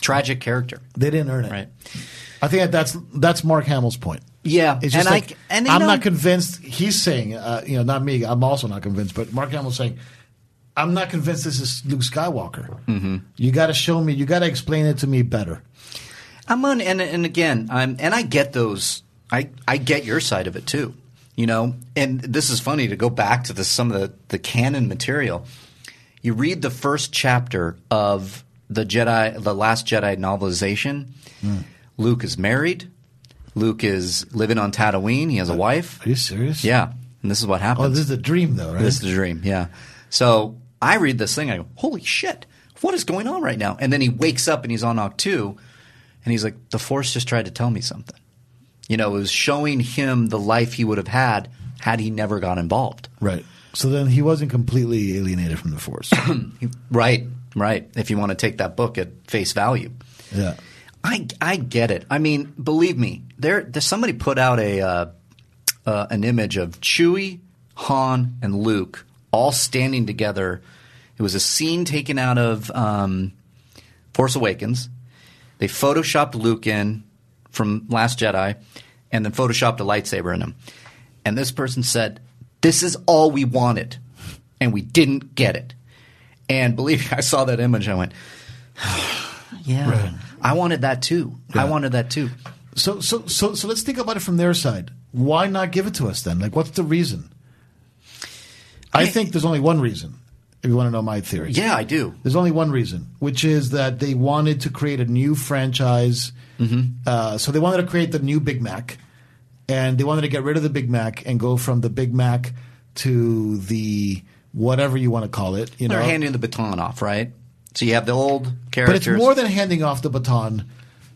Speaker 4: Tragic character.
Speaker 5: they didn't earn it
Speaker 4: Right.
Speaker 5: i think that that's that's mark hamill's point
Speaker 4: Yeah.
Speaker 5: It's just
Speaker 4: and
Speaker 5: like,
Speaker 4: I and you
Speaker 5: I'm
Speaker 4: know,
Speaker 5: not convinced. He's saying, uh, you know, not me. I'm also not convinced. But Mark Hamill's saying, I'm not convinced this is Luke Skywalker.
Speaker 4: Mm-hmm.
Speaker 5: You got to show me. You got to explain it to me better.
Speaker 4: I'm on, and and again, I'm, and I get those. I I get your side of it too, you know. And this is funny to go back to the, some of the the canon material. You read the first chapter of the Jedi, the Last Jedi novelization.
Speaker 5: Hmm.
Speaker 4: Luke is married. Luke is living on Tatooine. He has a wife.
Speaker 5: Are you serious?
Speaker 4: Yeah, and this is what happens.
Speaker 5: Oh, this is a dream, though, right?
Speaker 4: This is the dream, yeah. So I read this thing, I go, holy shit, what is going on right now? And then he wakes up and he's on Octu, and he's like, the Force just tried to tell me something. You know, it was showing him the life he would have had had he never got involved.
Speaker 5: right. So then he wasn't completely alienated from the
Speaker 4: *coughs*
Speaker 5: Force.
Speaker 4: Right, right. If you want to take that book at face value.
Speaker 5: yeah.
Speaker 4: I, I get it. I mean, believe me, there, there somebody put out a uh, uh, an image of Chewie, Han, and Luke all standing together. It was a scene taken out of um, Force Awakens. They photoshopped Luke in from Last Jedi, and then photoshopped a lightsaber in him. And this person said, "This is all we wanted, and we didn't get it." And believe me, *laughs* I saw that image. and I went, yeah. I wanted that too. I wanted that too.
Speaker 5: So so so so let's think about it from their side. Why not give it to us then? Like, what's the reason? I think there's only one reason. If you want to know my theory,
Speaker 4: Yeah, I do.
Speaker 5: There's only one reason, which is that they wanted to create a new franchise. Uh, so they wanted to create the new Big Mac, and they wanted to get rid of the Big Mac and go from the Big Mac to the whatever you want to call it. You
Speaker 4: They're
Speaker 5: know,
Speaker 4: handing the baton off, right? So you have the old
Speaker 5: but it's
Speaker 4: characters.
Speaker 5: more than handing off the baton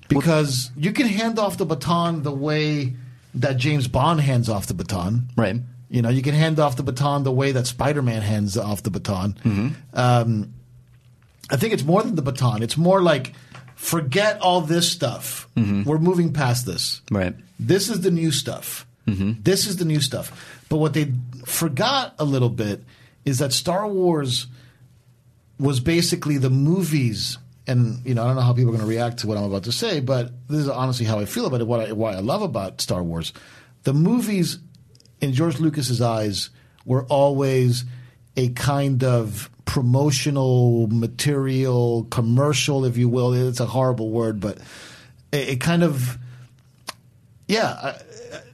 Speaker 5: because you can hand off the baton the way that James Bond hands off the baton.
Speaker 4: Right.
Speaker 5: You know, you can hand off the baton the way that Spider Man hands off the baton.
Speaker 4: Mm-hmm.
Speaker 5: Um, I think it's more than the baton. It's more like forget all this stuff.
Speaker 4: Mm-hmm.
Speaker 5: We're moving past this.
Speaker 4: Right.
Speaker 5: This is the new stuff. This is the new stuff. But what they forgot a little bit is that Star Wars was basically the movies. And you know, I don't know how people are going to react to what I'm about to say, but this is honestly how I feel about it. What I, why I love about Star Wars, the movies, in George Lucas's eyes, were always a kind of promotional material, commercial, if you will. It's a horrible word, but a, a kind of yeah, uh,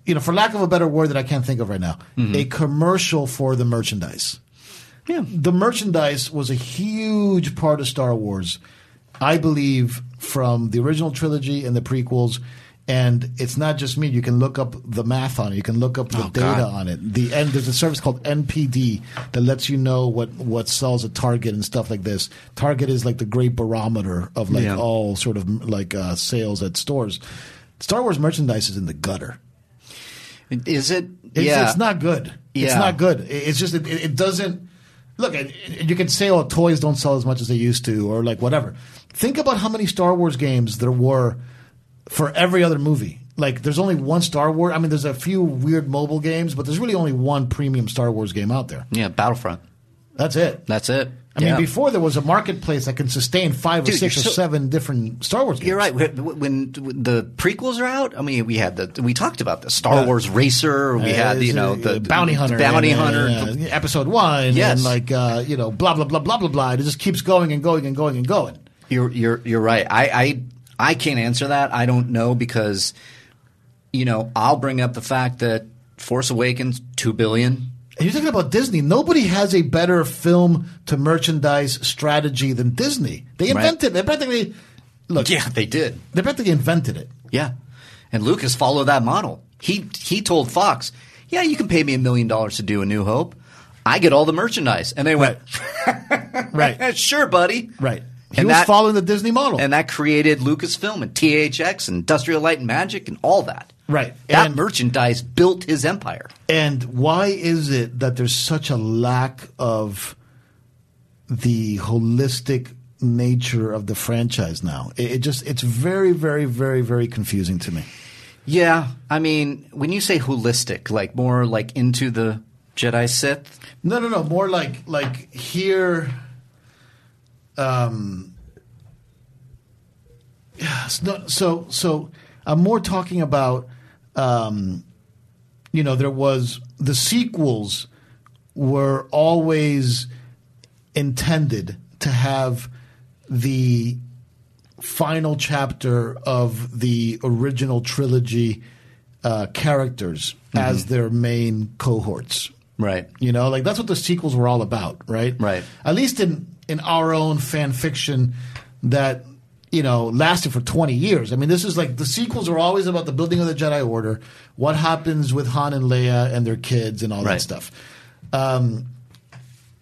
Speaker 5: you know, for lack of a better word that I can't think of right now, a commercial for the merchandise. Yeah, the merchandise was a huge part of Star Wars, I believe, from the original trilogy and the prequels. And it's not just me. You can look up the math on it. You can look up the data on it. The end. There's a service called NPD that lets you know what what sells at Target and stuff like this. Target is like the great barometer of like
Speaker 4: Yeah.
Speaker 5: all sort of like uh, sales at stores. Star Wars merchandise is in the gutter.
Speaker 4: Is it?
Speaker 5: It's,
Speaker 4: yeah.
Speaker 5: it's not good. It's
Speaker 4: Yeah.
Speaker 5: not good. It- It's just it, it doesn't look. It, it- you can say, "Oh, toys don't sell as much as they used to," or like whatever. Think about how many Star Wars games there were for every other movie. Like, there's only one Star Wars. I mean, there's a few weird mobile games, but there's really only one premium Star Wars game out there.
Speaker 4: Yeah, Battlefront.
Speaker 5: That's it.
Speaker 4: That's it.
Speaker 5: I mean,
Speaker 4: Yeah.
Speaker 5: before there was a marketplace that can sustain five or
Speaker 4: Dude,
Speaker 5: six or
Speaker 4: you're so-
Speaker 5: seven different Star Wars games.
Speaker 4: You're right. When, when the prequels are out, I mean, we had the we talked about the Star Wars Racer. We
Speaker 5: Yeah,
Speaker 4: had you
Speaker 5: it's,
Speaker 4: know
Speaker 5: uh,
Speaker 4: the
Speaker 5: bounty hunter,
Speaker 4: the bounty
Speaker 5: and, uh,
Speaker 4: hunter.
Speaker 5: yeah, episode one,
Speaker 4: Yes.
Speaker 5: and like uh, you know, blah blah blah blah blah blah. It just keeps going and going and going and going.
Speaker 4: You're you're you're right. I I I can't answer that. I don't know because you know I'll bring up the fact that Force Awakens two billion.
Speaker 5: And you're thinking about Disney. Nobody has a better film to merchandise strategy than Disney. They
Speaker 4: Right.
Speaker 5: invented. They practically look.
Speaker 4: Yeah, they did.
Speaker 5: they practically invented it.
Speaker 4: Yeah. And Lucas followed that model. He he told Fox, "Yeah, you can pay me a million dollars to do a New Hope. I get all the merchandise." And they went, *laughs*
Speaker 5: Right.
Speaker 4: "Sure, buddy."
Speaker 5: *laughs* right. He
Speaker 4: And
Speaker 5: was
Speaker 4: that-
Speaker 5: following the Disney model.
Speaker 4: And that created Lucasfilm and THX and Industrial Light and Magic and all that.
Speaker 5: Right.
Speaker 4: That
Speaker 5: And-
Speaker 4: merchandise built his empire.
Speaker 5: And why is it that there's such a lack of the holistic nature of the franchise now? It, it just it's very, very, very, very confusing to me.
Speaker 4: Yeah, I mean, when you say holistic, like more like into the Jedi Sith,
Speaker 5: No, no, no. More like like here. Um. Yes. No. So so I'm more talking about, um, you know, there was the sequels were always intended to have the final chapter of the original trilogy uh, characters as their main cohorts.
Speaker 4: Right.
Speaker 5: You know, like that's what the sequels were all about, right?
Speaker 4: Right.
Speaker 5: At least in in our own fan fiction that you know lasted for 20 years. I mean, this is like the sequels are always about the building of the Jedi Order, what happens with Han and Leia and their kids and all that
Speaker 4: Right.
Speaker 5: stuff. Um,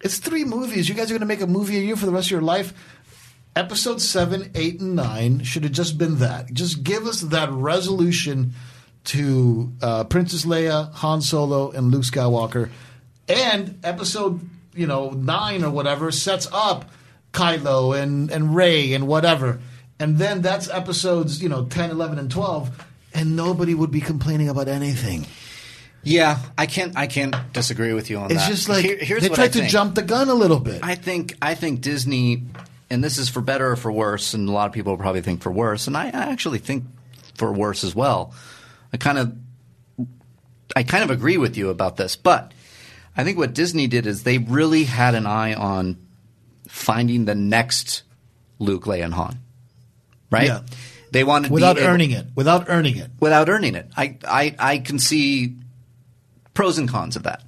Speaker 5: it's three movies. You guys are going to make a movie a year for the rest of your life. Episode seven, eight, and nine should have just been that. Just give us that resolution to uh, Princess Leia, Han Solo, and Luke Skywalker, and episode you know nine or whatever sets up Kylo and and Ray and whatever, and then that's episodes you know 10, 11, and twelve, and nobody would be complaining about anything.
Speaker 4: Yeah, I can't. I can't disagree with you on
Speaker 5: It's
Speaker 4: that.
Speaker 5: just like
Speaker 4: Here- here's
Speaker 5: they
Speaker 4: what
Speaker 5: tried
Speaker 4: I
Speaker 5: to
Speaker 4: think.
Speaker 5: jump the gun a little bit.
Speaker 4: I think. I think Disney, and this is for better or for worse, and a lot of people probably think for worse, and I, I actually think for worse as well. I kind of, I kind of agree with you about this, but I think what Disney did is they really had an eye on finding the next Luke, Leia, and Han. Right.
Speaker 5: Yeah.
Speaker 4: They wanted to be
Speaker 5: without
Speaker 4: able-
Speaker 5: earning it. Without earning it.
Speaker 4: without earning it. I, I, I can see pros and cons of that.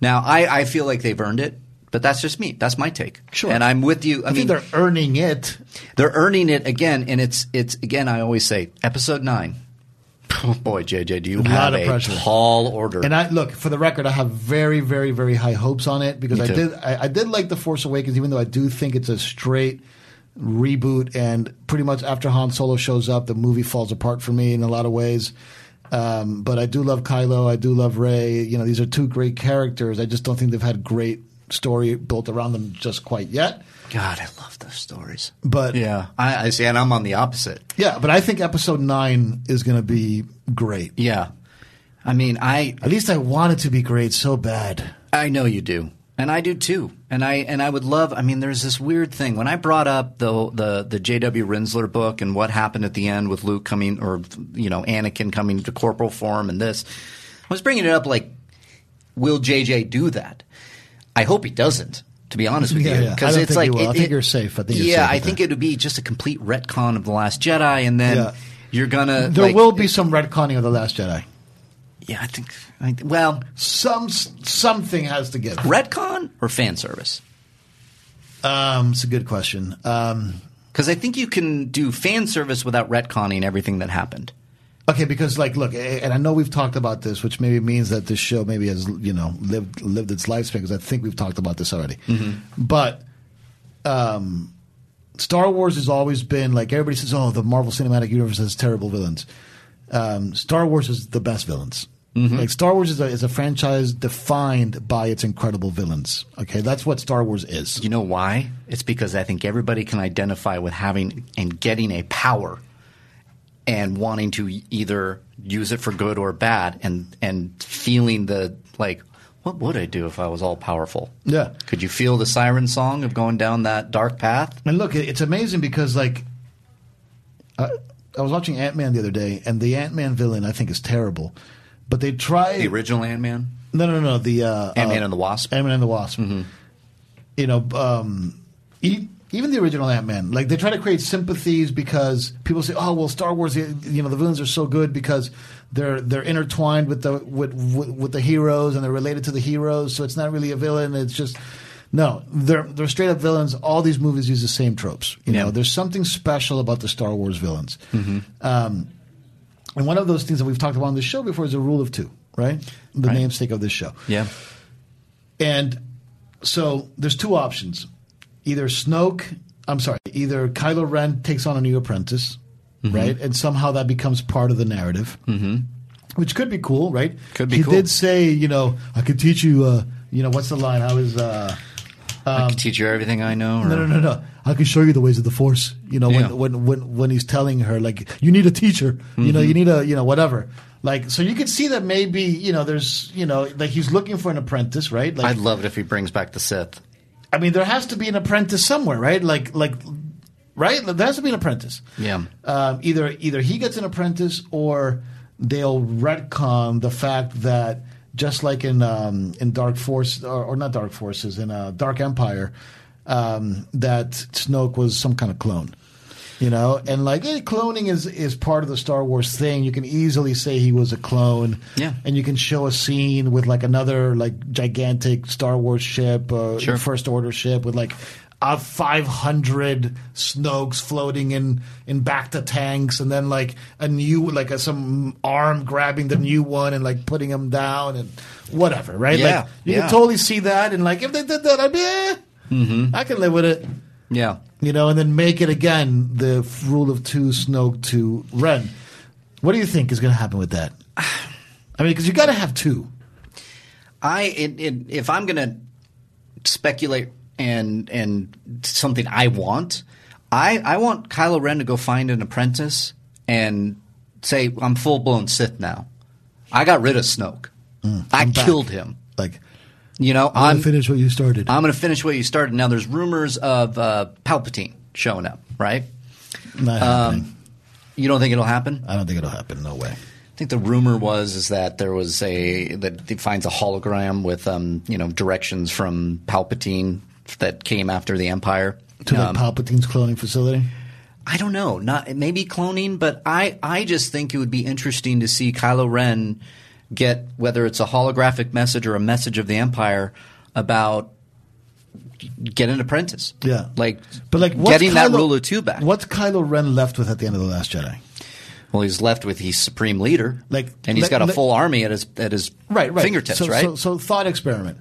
Speaker 4: Now, I, I feel like they've earned it, but that's just me. That's my take.
Speaker 5: Sure.
Speaker 4: And I'm with you. I,
Speaker 5: I,
Speaker 4: mean,
Speaker 5: think they're earning it.
Speaker 4: they're earning it again, and it's it's again. I always say episode nine. *laughs* Oh boy, JJ, do you have
Speaker 5: lot of
Speaker 4: a
Speaker 5: pressure.
Speaker 4: tall order?
Speaker 5: And I look for the record. I have very, very, very high hopes on it because
Speaker 4: Me
Speaker 5: I
Speaker 4: too.
Speaker 5: did. I, I did like the Force Awakens, even though I do think it's a straight reboot. And pretty much after Han Solo shows up, the movie falls apart for me in a lot of ways. Um, but I do love Kylo. I do love Ray. You know, these are two great characters. I just don't think they've had great story built around them just quite yet.
Speaker 4: God, I love those stories.
Speaker 5: But
Speaker 4: Yeah, I, I see, and I'm on the opposite.
Speaker 5: yeah. But I think Episode Nine is going to be great.
Speaker 4: Yeah, I mean, I
Speaker 5: At least I want it to be great so bad.
Speaker 4: I know you do, and I do too. And I and I would love. I mean, there's this weird thing when I brought up the the the J.W. Rinsler book and what happened at the end with Luke coming or you know Anakin coming to corporal form and this. I was bringing it up like, will J.J. do that? I hope he doesn't. To be honest with
Speaker 5: Yeah,
Speaker 4: you,
Speaker 5: yeah. I don't
Speaker 4: it's
Speaker 5: think
Speaker 4: like
Speaker 5: he will. I
Speaker 4: it-
Speaker 5: think
Speaker 4: it-
Speaker 5: you're safe. I think you're
Speaker 4: yeah,
Speaker 5: safe
Speaker 4: I
Speaker 5: with
Speaker 4: think
Speaker 5: that.
Speaker 4: it would be just a complete retcon of the Last Jedi, and then
Speaker 5: Yeah.
Speaker 4: you're gonna
Speaker 5: There
Speaker 4: like,
Speaker 5: will be some retconning of the Last Jedi.
Speaker 4: Yeah, I think. I, well,
Speaker 5: Some something has to give.
Speaker 4: retcon or fan service.
Speaker 5: Um, it's a good question. Um,
Speaker 4: Because I think you can do fan service without retconning everything that happened.
Speaker 5: okay, because like, look, eh, and I know we've talked about this, which maybe means that this show maybe has you know lived lived its lifespan because I think we've talked about this already. But um, Star Wars has always been like everybody says, oh, the Marvel Cinematic Universe has terrible villains. Um, Star Wars is the best villains. Like Star Wars is a, is a franchise defined by its incredible villains. Okay, that's what Star Wars is.
Speaker 4: You know why? It's because I think everybody can identify with having and getting a power and wanting to either use it for good or bad and and feeling the like what would I do if I was all powerful?
Speaker 5: Yeah.
Speaker 4: Could you feel the siren song of going down that dark path?
Speaker 5: And look, it- it's amazing because like I, I was watching Ant Man the other day, and the Ant Man villain I think is terrible, but they try
Speaker 4: The original Ant-Man?
Speaker 5: no no no the uh,
Speaker 4: Ant-Man
Speaker 5: uh,
Speaker 4: and the Wasp?
Speaker 5: Ant Man and the Wasp.
Speaker 4: Mm-hmm.
Speaker 5: You know, um, e- even the original Ant Man, like they try to create sympathies because people say, "Oh, well, Star Wars, you know, the villains are so good because they're they're intertwined with the with with, with the heroes and they're related to the heroes, so it's not really a villain. It's just." No, they're they're straight up villains. All these movies use the same tropes. You know,
Speaker 4: Yeah. Mm-hmm.
Speaker 5: there's something special about the Star Wars villains. Um, and one of those things that we've talked about on this show before is the rule of two, right? The namesake of this show.
Speaker 4: Yeah.
Speaker 5: And so there's two options. Either Snoke, I'm sorry, either Kylo Ren takes on a new apprentice,
Speaker 4: Mm-hmm.
Speaker 5: right? And somehow that becomes part of the narrative, mm-hmm. which could be cool, right?
Speaker 4: Could be
Speaker 5: He
Speaker 4: cool.
Speaker 5: did say, you know, I could teach you, uh, you know, what's the line? I was, uh,
Speaker 4: I could teach you everything I know. Or,
Speaker 5: no, no, no, no. I can show you the ways of the force. You know,
Speaker 4: Yeah.
Speaker 5: when, when when when he's telling her like, you need a teacher. You
Speaker 4: Mm-hmm.
Speaker 5: know, you need a you know whatever. Like, so you could see that maybe you know there's you know like he's looking for an apprentice, right? Like,
Speaker 4: I'd love it if he brings back the Sith.
Speaker 5: I mean, there has to be an apprentice somewhere, right? Like, like, right? There has to be an apprentice.
Speaker 4: Yeah.
Speaker 5: Um, either either he gets an apprentice, or they'll retcon the fact that just like in um, in Dark Force or, or not Dark Forces in uh, Dark Empire, um, that Snoke was some kind of clone. You know, and like eh, cloning is is part of the Star Wars thing. You can easily say he was a clone,
Speaker 4: Yeah.
Speaker 5: And you can show a scene with like another like gigantic Star Wars ship, uh,
Speaker 4: Sure.
Speaker 5: First Order ship, with like uh, five hundred Snokes floating in in back to tanks, and then like a new like a, some arm grabbing the new one and like putting him down and whatever, right?
Speaker 4: Yeah,
Speaker 5: like you
Speaker 4: yeah.
Speaker 5: can totally see that, and like if they did that, I'd be, eh,
Speaker 4: Mm-hmm.
Speaker 5: I can live with it
Speaker 4: Yeah.
Speaker 5: you know, and then make it again the f- rule of two, Snoke to Ren. What do you think is going to happen with that? *sighs* I mean, because you got to have two.
Speaker 4: I it, it, if I'm gonna speculate and and something I want, I I want Kylo Ren to go find an apprentice and say I'm full blown Sith now. I got rid of Snoke. I killed him.
Speaker 5: Like,
Speaker 4: You know,
Speaker 5: Mm, I'm
Speaker 4: I'm
Speaker 5: gonna finish what you started.
Speaker 4: I'm gonna finish what you started. Now there's rumors of uh, Palpatine showing up, right?
Speaker 5: Not
Speaker 4: um,
Speaker 5: happening.
Speaker 4: You don't think it'll happen?
Speaker 5: I don't think it'll happen. No way.
Speaker 4: I think the rumor was is that there was a that he finds a hologram with um you know directions from Palpatine that came after the Empire.
Speaker 5: To
Speaker 4: Um,
Speaker 5: the Palpatine's cloning facility.
Speaker 4: I don't know, not maybe cloning, but I I just think it would be interesting to see Kylo Ren get whether it's a holographic message or a message of the Empire about get an apprentice.
Speaker 5: Yeah,
Speaker 4: like
Speaker 5: but like what's
Speaker 4: getting that
Speaker 5: Kylo-
Speaker 4: rule of two back.
Speaker 5: What's Kylo Ren left with at the end of the Last Jedi?
Speaker 4: Well, he's left with he's supreme leader,
Speaker 5: Like-
Speaker 4: and he's
Speaker 5: like-
Speaker 4: got a
Speaker 5: like-
Speaker 4: full army at his at his fingertips,
Speaker 5: so,
Speaker 4: right?
Speaker 5: So, so thought experiment.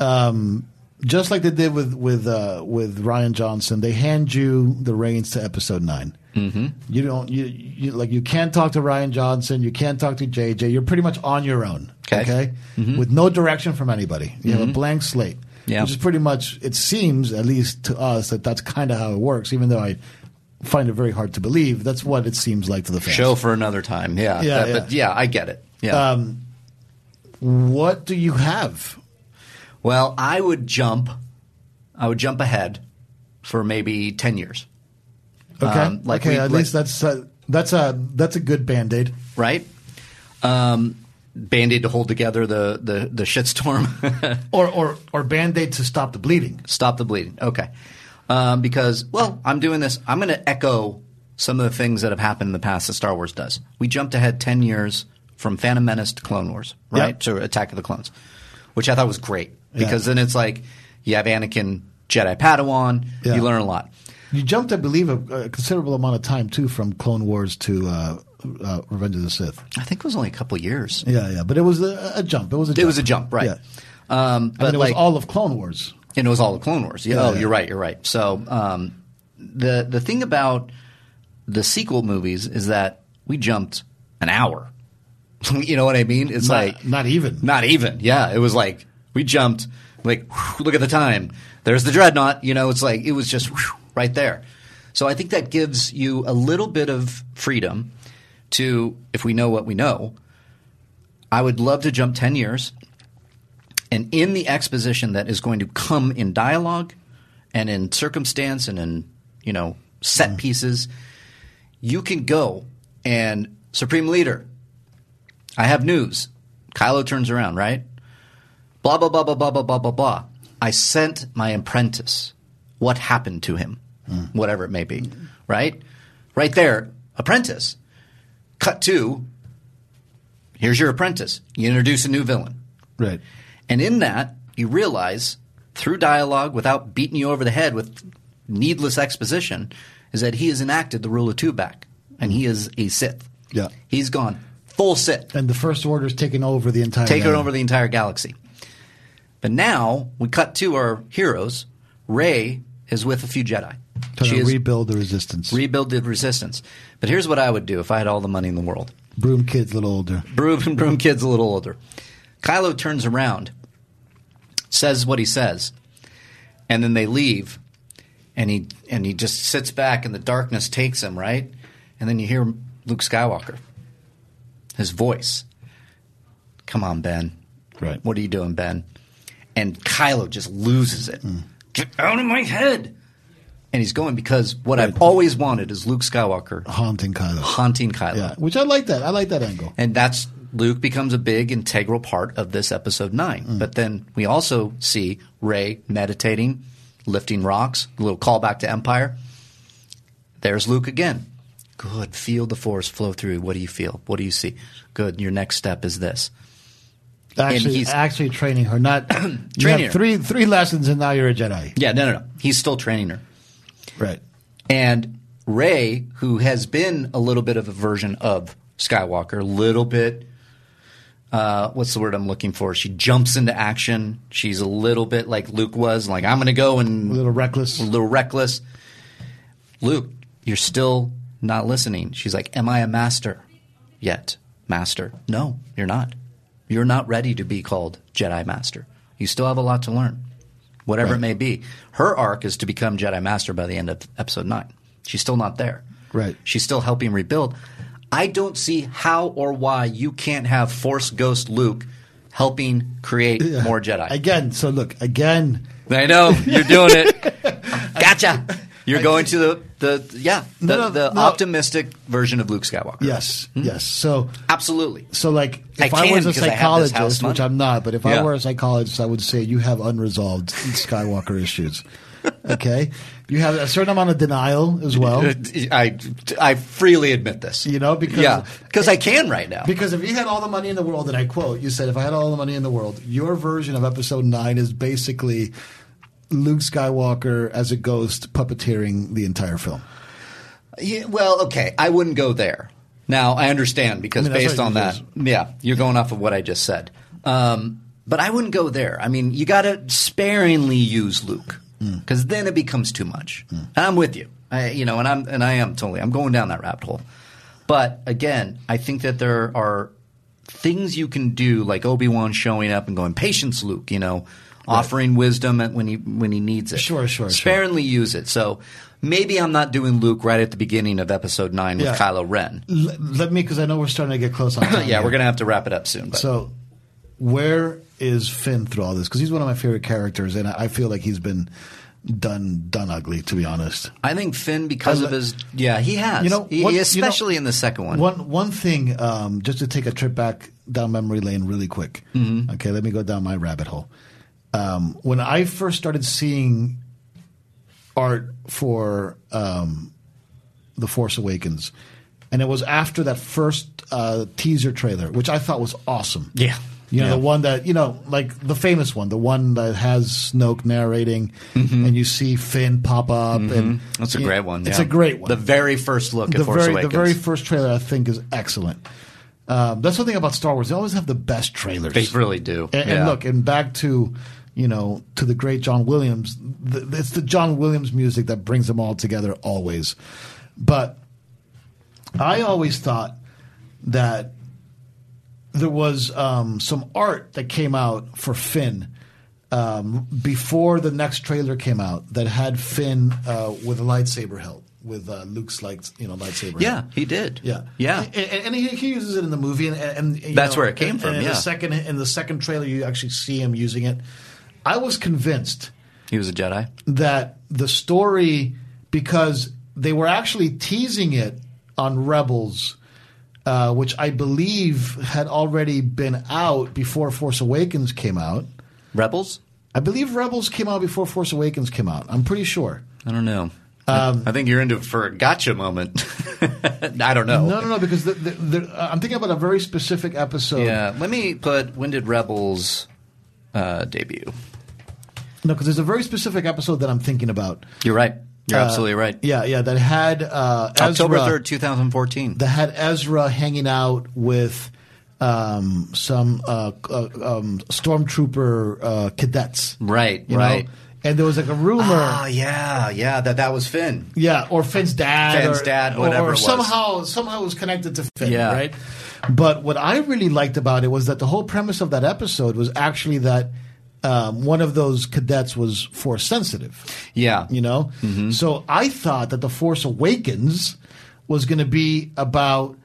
Speaker 5: Um, just like they did with with uh, with Ryan Johnson, they hand you the reins to episode 9 Mm-hmm. You don't you, you like you can't talk to Ryan Johnson, you can't talk to JJ. You're pretty much on your own,
Speaker 4: Okay. Mm-hmm.
Speaker 5: with no direction from anybody. You have a blank slate,
Speaker 4: Yeah.
Speaker 5: which is pretty much. It seems, at least to us, that that's kind of how it works. Even though I find it very hard to believe, that's what it seems like to the fans.
Speaker 4: show for another time. Yeah,
Speaker 5: Yeah,
Speaker 4: That- but yeah, I get it. Yeah.
Speaker 5: Um, what do you have?
Speaker 4: well, I would jump. I would jump ahead for maybe ten years,
Speaker 5: Okay.
Speaker 4: Um, like
Speaker 5: okay.
Speaker 4: we-
Speaker 5: at
Speaker 4: like-
Speaker 5: least that's a, that's a that's a good band aid.
Speaker 4: right? Um, Band aid to hold together the the the *laughs* shitstorm,
Speaker 5: Or or or band aid to stop the bleeding.
Speaker 4: stop the bleeding. Okay, um, because well, I'm doing this. I'm going to echo some of the things that have happened in the past that Star Wars does. We jumped ahead ten years from Phantom Menace to Clone Wars, right?
Speaker 5: Yep.
Speaker 4: To Attack of the Clones, which I thought was great
Speaker 5: Yeah.
Speaker 4: because then it's like you have Anakin, Jedi Padawan,
Speaker 5: Yeah.
Speaker 4: you learn a lot.
Speaker 5: You jumped, I believe, a, a considerable amount of time too from Clone Wars to uh, uh, Revenge of the Sith.
Speaker 4: I think it was only a couple years.
Speaker 5: Yeah, yeah. But it was a, a jump. It was a jump.
Speaker 4: It was a jump, right?
Speaker 5: Yeah.
Speaker 4: Um,
Speaker 5: I
Speaker 4: but
Speaker 5: mean, it
Speaker 4: like,
Speaker 5: was all of Clone Wars.
Speaker 4: and it was all the Clone Wars. Yeah,
Speaker 5: Yeah,
Speaker 4: oh,
Speaker 5: yeah.
Speaker 4: you're right. You're right. So um, the the thing about the sequel movies is that we jumped an hour. *laughs* you know what I mean? It's
Speaker 5: Not-
Speaker 4: like
Speaker 5: not even.
Speaker 4: not even. Yeah, it was like we jumped. Like whew, look at the time. There's the dreadnought. You know, it's like it was just whew, right there. So I think that gives you a little bit of freedom to, if we know what we know, I would love to jump 10 years and in the exposition that is going to come in dialogue and in circumstance and in, you know, set pieces, you can go and Supreme Leader, I have news. Kylo turns around, right? Blah, blah, blah, blah, blah, blah, blah, blah, blah. I sent my apprentice. What happened to him? Whatever it may be, right? Right there, apprentice. Cut to, here's your apprentice. You introduce a new villain.
Speaker 5: Right.
Speaker 4: And in that, you realize through dialogue, without beating you over the head with needless exposition, is that he has enacted the rule of two back, and he is a Sith.
Speaker 5: Yeah.
Speaker 4: he's gone full Sith,
Speaker 5: And the First Order's taking over the entire.
Speaker 4: taking
Speaker 5: area.
Speaker 4: over the entire galaxy. But now we cut to our heroes. Rey is with a few Jedi.
Speaker 5: Trying
Speaker 4: she
Speaker 5: to
Speaker 4: is
Speaker 5: rebuild the resistance.
Speaker 4: rebuild the resistance. But here's what I would do if I had all the money in the world.
Speaker 5: Broom kid's a little older.
Speaker 4: Broom and Broom Kid's a little older. Kylo turns around, says what he says, and then they leave. And he and he just sits back, and the darkness takes him right. And then you hear Luke Skywalker, his voice. Come on, Ben.
Speaker 5: Right.
Speaker 4: What are you doing, Ben? And Kylo just loses it. Get out of my head. And he's going because what I've always wanted is Luke Skywalker
Speaker 5: Haunting Kylo.
Speaker 4: haunting Kylo.
Speaker 5: yeah. Which I like that. I like that angle.
Speaker 4: And that's Luke becomes a big Mm. integral part of this episode nine. But then we also see Ray meditating. lifting rocks, a little callback to Empire. There's Luke again. Good. Feel the force flow through. What do you feel? What do you see? Good. Your next step is this.
Speaker 5: Actually,
Speaker 4: he's-
Speaker 5: actually training
Speaker 4: *coughs*
Speaker 5: her. Not training you
Speaker 4: Training
Speaker 5: have
Speaker 4: her.
Speaker 5: Three three lessons, and now you're a Jedi.
Speaker 4: Yeah, no, no, no. He's still training her.
Speaker 5: Right.
Speaker 4: And Ray, who has been a little bit of a version of Skywalker, a little bit uh, what's the word I'm looking for? She jumps into action. She's a little bit like Luke was, like I'm going to go and
Speaker 5: A little reckless.
Speaker 4: a little reckless. Luke, you're still not listening. She's like, "Am I a master yet, master?" No, you're not. You're not ready to be called Jedi Master. You still have a lot to learn, whatever it may be. Her arc is to become Jedi Master by the end of Episode Nine. She's still not there.
Speaker 5: Right.
Speaker 4: She's still helping rebuild. I don't see how or why you can't have Force Ghost Luke helping create more Jedi.
Speaker 5: Again, so look, again,
Speaker 4: I know you're doing
Speaker 5: *laughs*
Speaker 4: it. Gotcha. You're going to the the yeah the,
Speaker 5: No, no,
Speaker 4: the
Speaker 5: no.
Speaker 4: optimistic version of Luke Skywalker. Hmm?
Speaker 5: yes, yes. So
Speaker 4: absolutely.
Speaker 5: So, like,
Speaker 4: I
Speaker 5: if I,
Speaker 4: can
Speaker 5: was a
Speaker 4: because I have this house
Speaker 5: psychologist, which
Speaker 4: money.
Speaker 5: I'm not, but if
Speaker 4: Yeah.
Speaker 5: I were a psychologist, I would say you have unresolved
Speaker 4: *laughs*
Speaker 5: Skywalker issues. Okay, you have a certain amount of denial as
Speaker 4: *laughs*
Speaker 5: well.
Speaker 4: Uh, I I freely admit this.
Speaker 5: You know, because-
Speaker 4: yeah, because I can right now.
Speaker 5: Because if you had all the money in the world, and I quote, you said, "If I had all the money in the world, your version of Episode Nine is basically Luke Skywalker as a ghost puppeteering the entire film."
Speaker 4: Yeah, well, okay, I wouldn't go there. Now I understand because
Speaker 5: I mean, that's
Speaker 4: based
Speaker 5: what
Speaker 4: on
Speaker 5: it
Speaker 4: that,
Speaker 5: is.
Speaker 4: yeah, you're going off of what I just said. Um, but I wouldn't go there. I mean, you got to sparingly use Luke because then it becomes too much. And I'm with you. I, you know, and I'm and I am totally. I'm going down that rabbit hole. But again, I think that there are things you can do, like Obi Wan showing up and going, "Patience, Luke." You know, offering wisdom at- when he when he needs it.
Speaker 5: Sure, sure, sure.
Speaker 4: Sparingly use it. So maybe I'm not doing Luke right at the beginning of Episode Nine with
Speaker 5: Yeah.
Speaker 4: Kylo Ren.
Speaker 5: *clears throat*
Speaker 4: *clears throat*
Speaker 5: L- let me, because I know we're starting to get close on time.
Speaker 4: yeah,
Speaker 5: here.
Speaker 4: we're gonna have to wrap it up soon. But
Speaker 5: So, where is Finn through all this? Because he's one of my favorite characters, and I I feel like he's been done done ugly, to be honest.
Speaker 4: I think Finn, because
Speaker 5: I
Speaker 4: of
Speaker 5: li-
Speaker 4: his, yeah, he has.
Speaker 5: uh, You know,
Speaker 4: He-
Speaker 5: one- you
Speaker 4: E-,
Speaker 5: know,
Speaker 4: especially in the second one.
Speaker 5: One one thing, um, just to take a trip back down memory lane really quick.
Speaker 4: Mm-hmm.
Speaker 5: Okay, let me go down my rabbit hole. Um, when I first started seeing art for um, The Force Awakens, and it was after that first uh, teaser trailer, which I thought was awesome.
Speaker 4: Yeah.
Speaker 5: You know,
Speaker 4: Yeah.
Speaker 5: the one that, you know, like the famous one, the one that has Snoke narrating and you see Finn pop up. and
Speaker 4: Mm-hmm. That's a
Speaker 5: Yeah,
Speaker 4: great one.
Speaker 5: It's
Speaker 4: yeah.
Speaker 5: a great one
Speaker 4: The very first look at
Speaker 5: the
Speaker 4: Force
Speaker 5: very,
Speaker 4: Awakens.
Speaker 5: The very first trailer, I think, is excellent. Um, that's one thing about Star Wars. They always have the best trailers.
Speaker 4: they really do.
Speaker 5: And,
Speaker 4: yeah.
Speaker 5: and look, and back to you know to the great John Williams. The, it's the John Williams music that brings them all together always. But I always thought that there was um, some art that came out for Finn um, before the next trailer came out that had Finn uh, with a lightsaber hilt with uh, Luke's light you know lightsaber.
Speaker 4: yeah,
Speaker 5: hilt.
Speaker 4: he did.
Speaker 5: Yeah,
Speaker 4: yeah.
Speaker 5: and, and- and he, he uses it in the movie, and, and, and, you
Speaker 4: That's
Speaker 5: know,
Speaker 4: where it came
Speaker 5: and-
Speaker 4: from,
Speaker 5: And in
Speaker 4: yeah.
Speaker 5: the second, in the second trailer, you actually see him using it. I was convinced
Speaker 4: he was a Jedi.
Speaker 5: that the story, because they were actually teasing it on Rebels, uh, which I believe had already been out before Force Awakens came out.
Speaker 4: Rebels.
Speaker 5: I believe Rebels came out before Force Awakens came out. I'm pretty sure.
Speaker 4: I don't know.
Speaker 5: Um,
Speaker 4: I think you're into for a gotcha moment. *laughs* I don't know.
Speaker 5: No, no, no, because the, the, the, uh, I'm thinking about a very specific episode.
Speaker 4: Yeah, let me put when did Rebels uh, debut?
Speaker 5: No, because there's a very specific episode that I'm thinking about.
Speaker 4: You're right. You're
Speaker 5: Uh,
Speaker 4: absolutely right.
Speaker 5: Yeah, yeah, that had uh, Ezra,
Speaker 4: October third, two thousand fourteen.
Speaker 5: That had Ezra hanging out with um, some uh, uh, um, stormtrooper uh, cadets.
Speaker 4: Right,
Speaker 5: you know?
Speaker 4: right.
Speaker 5: And there was like a rumor.
Speaker 4: Ah, yeah, yeah. That that was Finn.
Speaker 5: Yeah, or Finn's dad,
Speaker 4: Finn's
Speaker 5: or,
Speaker 4: dad,
Speaker 5: or-
Speaker 4: whatever
Speaker 5: or
Speaker 4: it was.
Speaker 5: somehow somehow it was connected to Finn,
Speaker 4: Yeah.
Speaker 5: right? But what I really liked about it was that the whole premise of that episode was actually that um, one of those cadets was force sensitive.
Speaker 4: Yeah. Mm-hmm.
Speaker 5: you know. So I thought that the Force Awakens was going to be about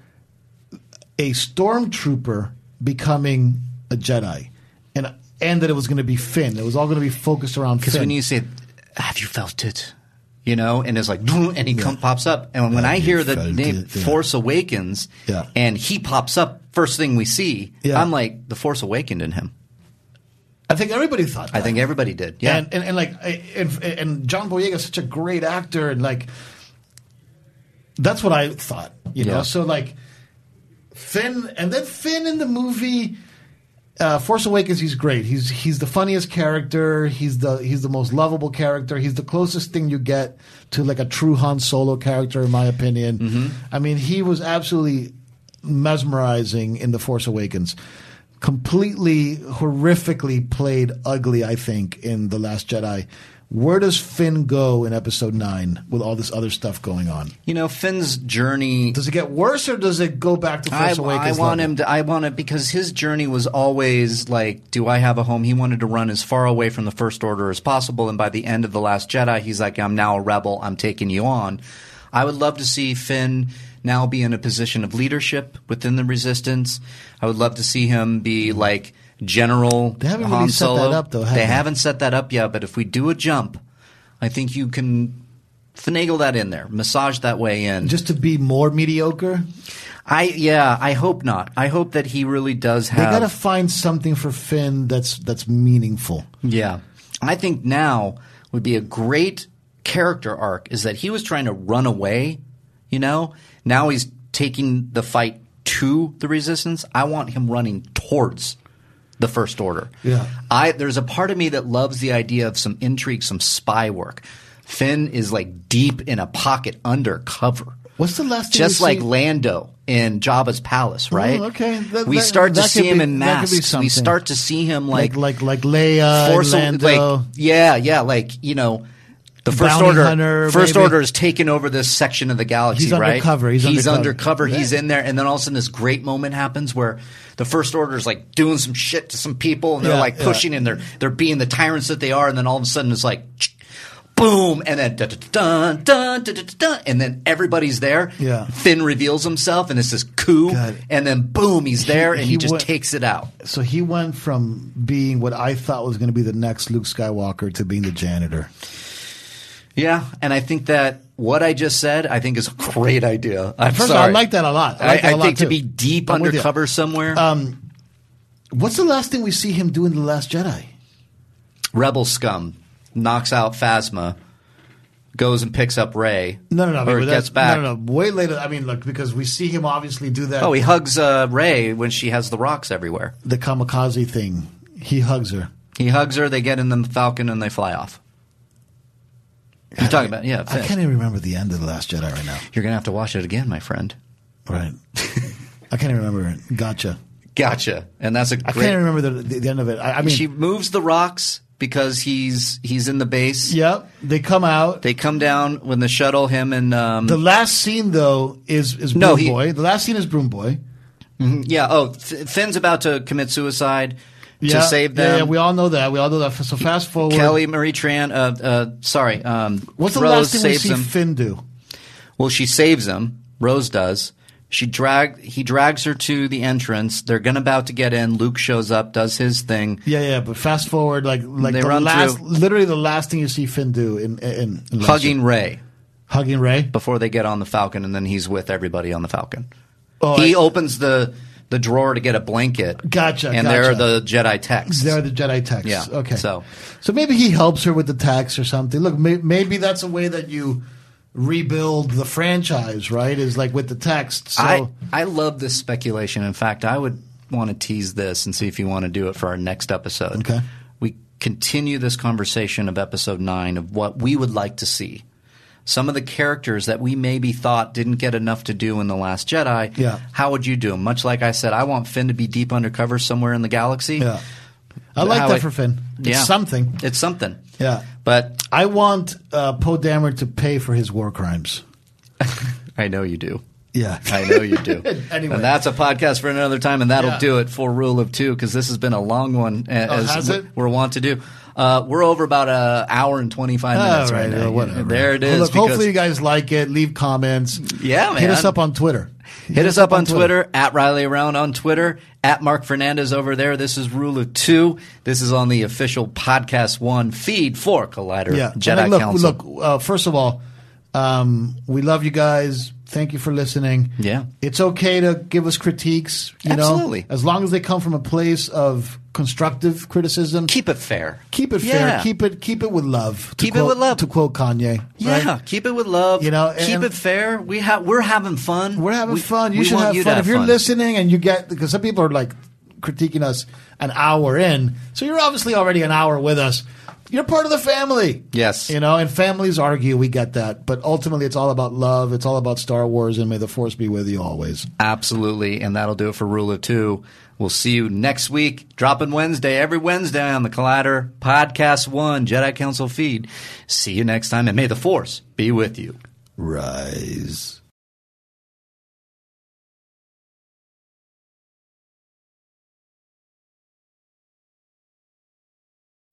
Speaker 5: a stormtrooper becoming a Jedi, and and that it was going to be Finn. It was all going to be focused around
Speaker 4: Because
Speaker 5: Finn.
Speaker 4: when you say, "Have you felt it?" You know, and it's like, and he come, pops up. And when I
Speaker 5: you
Speaker 4: hear the
Speaker 5: felt
Speaker 4: name
Speaker 5: it, yeah.
Speaker 4: Force Awakens,
Speaker 5: Yeah.
Speaker 4: and he pops up first thing we see,
Speaker 5: Yeah.
Speaker 4: I'm like, the Force awakened in him.
Speaker 5: I think everybody thought. That.
Speaker 4: I think everybody did. Yeah.
Speaker 5: And, and and like I- and, and John Boyega's such a great actor, and like that's what I thought, you know.
Speaker 4: Yeah.
Speaker 5: So like Finn, and then Finn in the movie uh, Force Awakens, he's great. He's he's the funniest character. He's the he's the most lovable character. He's the closest thing you get to like a true Han Solo character, in my opinion.
Speaker 4: Mm-hmm.
Speaker 5: I mean, he was absolutely mesmerizing in the Force Awakens. Completely horrifically played ugly, I think, in the Last Jedi. Where does Finn go in Episode Nine with all this other stuff going on?
Speaker 4: you know, Finn's journey
Speaker 5: Does it get worse or does it go back to
Speaker 4: I,
Speaker 5: Force
Speaker 4: I
Speaker 5: Awakens?
Speaker 4: want
Speaker 5: level?
Speaker 4: him to. I want it because his journey was always like, do I have a home? He wanted to run as far away from the First Order as possible, and by the end of the Last Jedi, he's like, I'm now a rebel. I'm taking you on. I would love to see Finn now be in a position of leadership within the Resistance. I would love to see him be like General
Speaker 5: They haven't
Speaker 4: Han
Speaker 5: really set that
Speaker 4: Solo.
Speaker 5: up, though, have
Speaker 4: they
Speaker 5: they?
Speaker 4: haven't set that up yet. But if we do a jump, I think you can finagle that in there, massage that way in.
Speaker 5: just to be more mediocre.
Speaker 4: I yeah, I hope not. I hope that he really does
Speaker 5: They
Speaker 4: have.
Speaker 5: gotta find something for Finn that's that's meaningful.
Speaker 4: yeah, I think now would be a great character arc is that he was trying to run away. You know, now he's taking the fight to the resistance. I want him running towards the first order.
Speaker 5: Yeah.
Speaker 4: I there's a part of me that loves the idea of some intrigue, some spy work. Finn is like deep in a pocket undercover.
Speaker 5: What's the last? Thing
Speaker 4: just
Speaker 5: we've
Speaker 4: like
Speaker 5: seen?
Speaker 4: Lando in Jabba's palace, right?
Speaker 5: okay. That-
Speaker 4: we
Speaker 5: that-
Speaker 4: start to
Speaker 5: that could
Speaker 4: see him
Speaker 5: be-
Speaker 4: in
Speaker 5: that could
Speaker 4: masks.
Speaker 5: be
Speaker 4: We
Speaker 5: something.
Speaker 4: start to see him like
Speaker 5: like like like Leia, and
Speaker 4: Force-
Speaker 5: Lando.
Speaker 4: like yeah, yeah, like you know. The first
Speaker 5: Bounty
Speaker 4: order,
Speaker 5: hunter,
Speaker 4: first
Speaker 5: maybe.
Speaker 4: order is taking over this section of the galaxy.
Speaker 5: He's
Speaker 4: right?
Speaker 5: undercover. He's undercover.
Speaker 4: undercover. He's in there, and then all of a sudden, this great moment happens where the first order is like doing some shit to some people, and they're
Speaker 5: Yeah,
Speaker 4: like
Speaker 5: yeah.
Speaker 4: pushing, and they're they're being the tyrants that they are, and then all of a sudden, it's like. Boom, and then dun dun dun dun dun, dun, and then everybody's there.
Speaker 5: Yeah.
Speaker 4: Finn reveals himself, and it's this coup,
Speaker 5: God.
Speaker 4: and then boom, he's there, and he,
Speaker 5: he
Speaker 4: just
Speaker 5: went-
Speaker 4: takes it out.
Speaker 5: so he went from being what I thought was going to be the next Luke Skywalker to being the janitor.
Speaker 4: Yeah, and I think that what I just said, I think is a great idea. I'm
Speaker 5: First of all, I
Speaker 4: sorry.
Speaker 5: like that a lot. I, like that
Speaker 4: I
Speaker 5: a lot,
Speaker 4: think
Speaker 5: too.
Speaker 4: to be deep
Speaker 5: I'm with you. Um,
Speaker 4: undercover somewhere,
Speaker 5: What's the last thing we see him do in the Last Jedi?
Speaker 4: rebel scum knocks out Phasma, goes and picks up Ray.
Speaker 5: No, no, no.
Speaker 4: or
Speaker 5: but that's-
Speaker 4: gets back.
Speaker 5: No, no, no. Way later. I mean, look, because we see him obviously do that.
Speaker 4: Oh, he hugs uh, Ray when she has the rocks everywhere.
Speaker 5: the kamikaze thing. He hugs her.
Speaker 4: He hugs her. They get in the Falcon and they fly off. You're talking about yeah.
Speaker 5: I
Speaker 4: Finn.
Speaker 5: can't even remember the end of the Last Jedi right now.
Speaker 4: You're gonna have to watch it again, my friend.
Speaker 5: Right. *laughs* I can't even remember it. Gotcha.
Speaker 4: Gotcha. And that's a
Speaker 5: I
Speaker 4: great.
Speaker 5: can't remember the, the, the end of it. I, I mean,
Speaker 4: she moves the rocks because he's he's in the base.
Speaker 5: yep. They come out.
Speaker 4: They come down when the shuttle. Him and um,
Speaker 5: the last scene though is is Broom
Speaker 4: No, he-
Speaker 5: Boy. The last scene is Broom Boy.
Speaker 4: yeah. Oh, F- Finn's about to commit suicide to save
Speaker 5: Yeah,
Speaker 4: them.
Speaker 5: yeah, we all know that. We all know that. So fast forward.
Speaker 4: Kelly Marie Tran. Uh, uh, sorry. Um,
Speaker 5: what's the
Speaker 4: Rose
Speaker 5: last thing we
Speaker 4: saves
Speaker 5: see
Speaker 4: him.
Speaker 5: Finn do?
Speaker 4: well, she saves him. Rose does. She drag. He drags her to the entrance. They're gonna about to get in. Luke shows up, does his thing.
Speaker 5: Yeah, yeah. But fast forward, like like
Speaker 4: They
Speaker 5: the
Speaker 4: run
Speaker 5: last,
Speaker 4: through.
Speaker 5: literally the last thing you see Finn do in in, in Last
Speaker 4: Hugging
Speaker 5: Jedi.
Speaker 4: Ray
Speaker 5: hugging Ray.
Speaker 4: before they get on the Falcon, and then he's with everybody on the Falcon.
Speaker 5: Oh,
Speaker 4: he
Speaker 5: I-
Speaker 4: opens the the drawer to get a blanket.
Speaker 5: Gotcha,
Speaker 4: And there are
Speaker 5: gotcha.
Speaker 4: the Jedi texts.
Speaker 5: They're the Jedi texts.
Speaker 4: Yeah,
Speaker 5: Okay.
Speaker 4: so-
Speaker 5: so maybe he helps her with the text or something. Look, may, maybe that's a way that you rebuild the franchise, right? Is like with the text. So
Speaker 4: I, I love this speculation. In fact, I would want to tease this and see if you want to do it for our next episode.
Speaker 5: Okay.
Speaker 4: We continue this conversation of episode nine of what we would like to see. Some of the characters that we maybe thought didn't get enough to do in The Last Jedi,
Speaker 5: Yeah.
Speaker 4: how would you do them? Much like I said, I want Finn to be deep undercover somewhere in the galaxy.
Speaker 5: yeah, I like
Speaker 4: How
Speaker 5: that
Speaker 4: I-
Speaker 5: for Finn. It's
Speaker 4: Yeah.
Speaker 5: something.
Speaker 4: It's something.
Speaker 5: Yeah.
Speaker 4: But
Speaker 5: I want uh, Poe Dameron to pay for his war crimes.
Speaker 4: I know you do.
Speaker 5: *laughs* Yeah.
Speaker 4: I know you do.
Speaker 5: Anyway.
Speaker 4: And that's a podcast for another time, and that'll
Speaker 5: Yeah.
Speaker 4: do it for Rule of Two because this has been a long one, a-
Speaker 5: Oh,
Speaker 4: as
Speaker 5: has
Speaker 4: we-
Speaker 5: it?
Speaker 4: we're wont to do. Uh, we're over about an hour and twenty five minutes
Speaker 5: All
Speaker 4: right,
Speaker 5: right,
Speaker 4: now.
Speaker 5: uh, whatever.
Speaker 4: There it
Speaker 5: Well,
Speaker 4: is.
Speaker 5: Look,
Speaker 4: because-
Speaker 5: hopefully you guys like it. Leave comments.
Speaker 4: Yeah,
Speaker 5: Hit
Speaker 4: man.
Speaker 5: us up on Twitter.
Speaker 4: Hit us up on Twitter, at Riley Around on Twitter, at Mark Fernandez over there. This is Rule of Two. This is on the official Podcast One feed for Collider
Speaker 5: Yeah. And
Speaker 4: Jedi
Speaker 5: look,
Speaker 4: Council.
Speaker 5: look. Uh, first of all, um, we love you guys. Thank you for listening.
Speaker 4: Yeah.
Speaker 5: It's okay to give us critiques, you
Speaker 4: Absolutely.
Speaker 5: know, as long as they come from a place of constructive criticism.
Speaker 4: Keep it fair.
Speaker 5: Keep it fair.
Speaker 4: Yeah.
Speaker 5: Keep it keep it with love. to
Speaker 4: Keep it
Speaker 5: quote-
Speaker 4: with love.
Speaker 5: To quote Kanye.
Speaker 4: Yeah,
Speaker 5: right?
Speaker 4: keep it with love.
Speaker 5: You know,
Speaker 4: keep
Speaker 5: and-
Speaker 4: it fair. We have we're having fun.
Speaker 5: We're having
Speaker 4: We-
Speaker 5: fun. You
Speaker 4: we
Speaker 5: should
Speaker 4: want
Speaker 5: have
Speaker 4: you to
Speaker 5: fun. if you're listening and you get, because some people are like critiquing us an hour in. So you're obviously already an hour with us. You're part of the family.
Speaker 4: Yes.
Speaker 5: You know, and families argue. We get that. But ultimately, it's all about love. It's all about Star Wars. And may the Force be with you always.
Speaker 4: Absolutely, and that'll do it for Rule of Two. We'll see you next week. Dropping Wednesday, every Wednesday on the Collider Podcast One Jedi Council feed. See you next time, and may the Force be with you.
Speaker 5: Rise.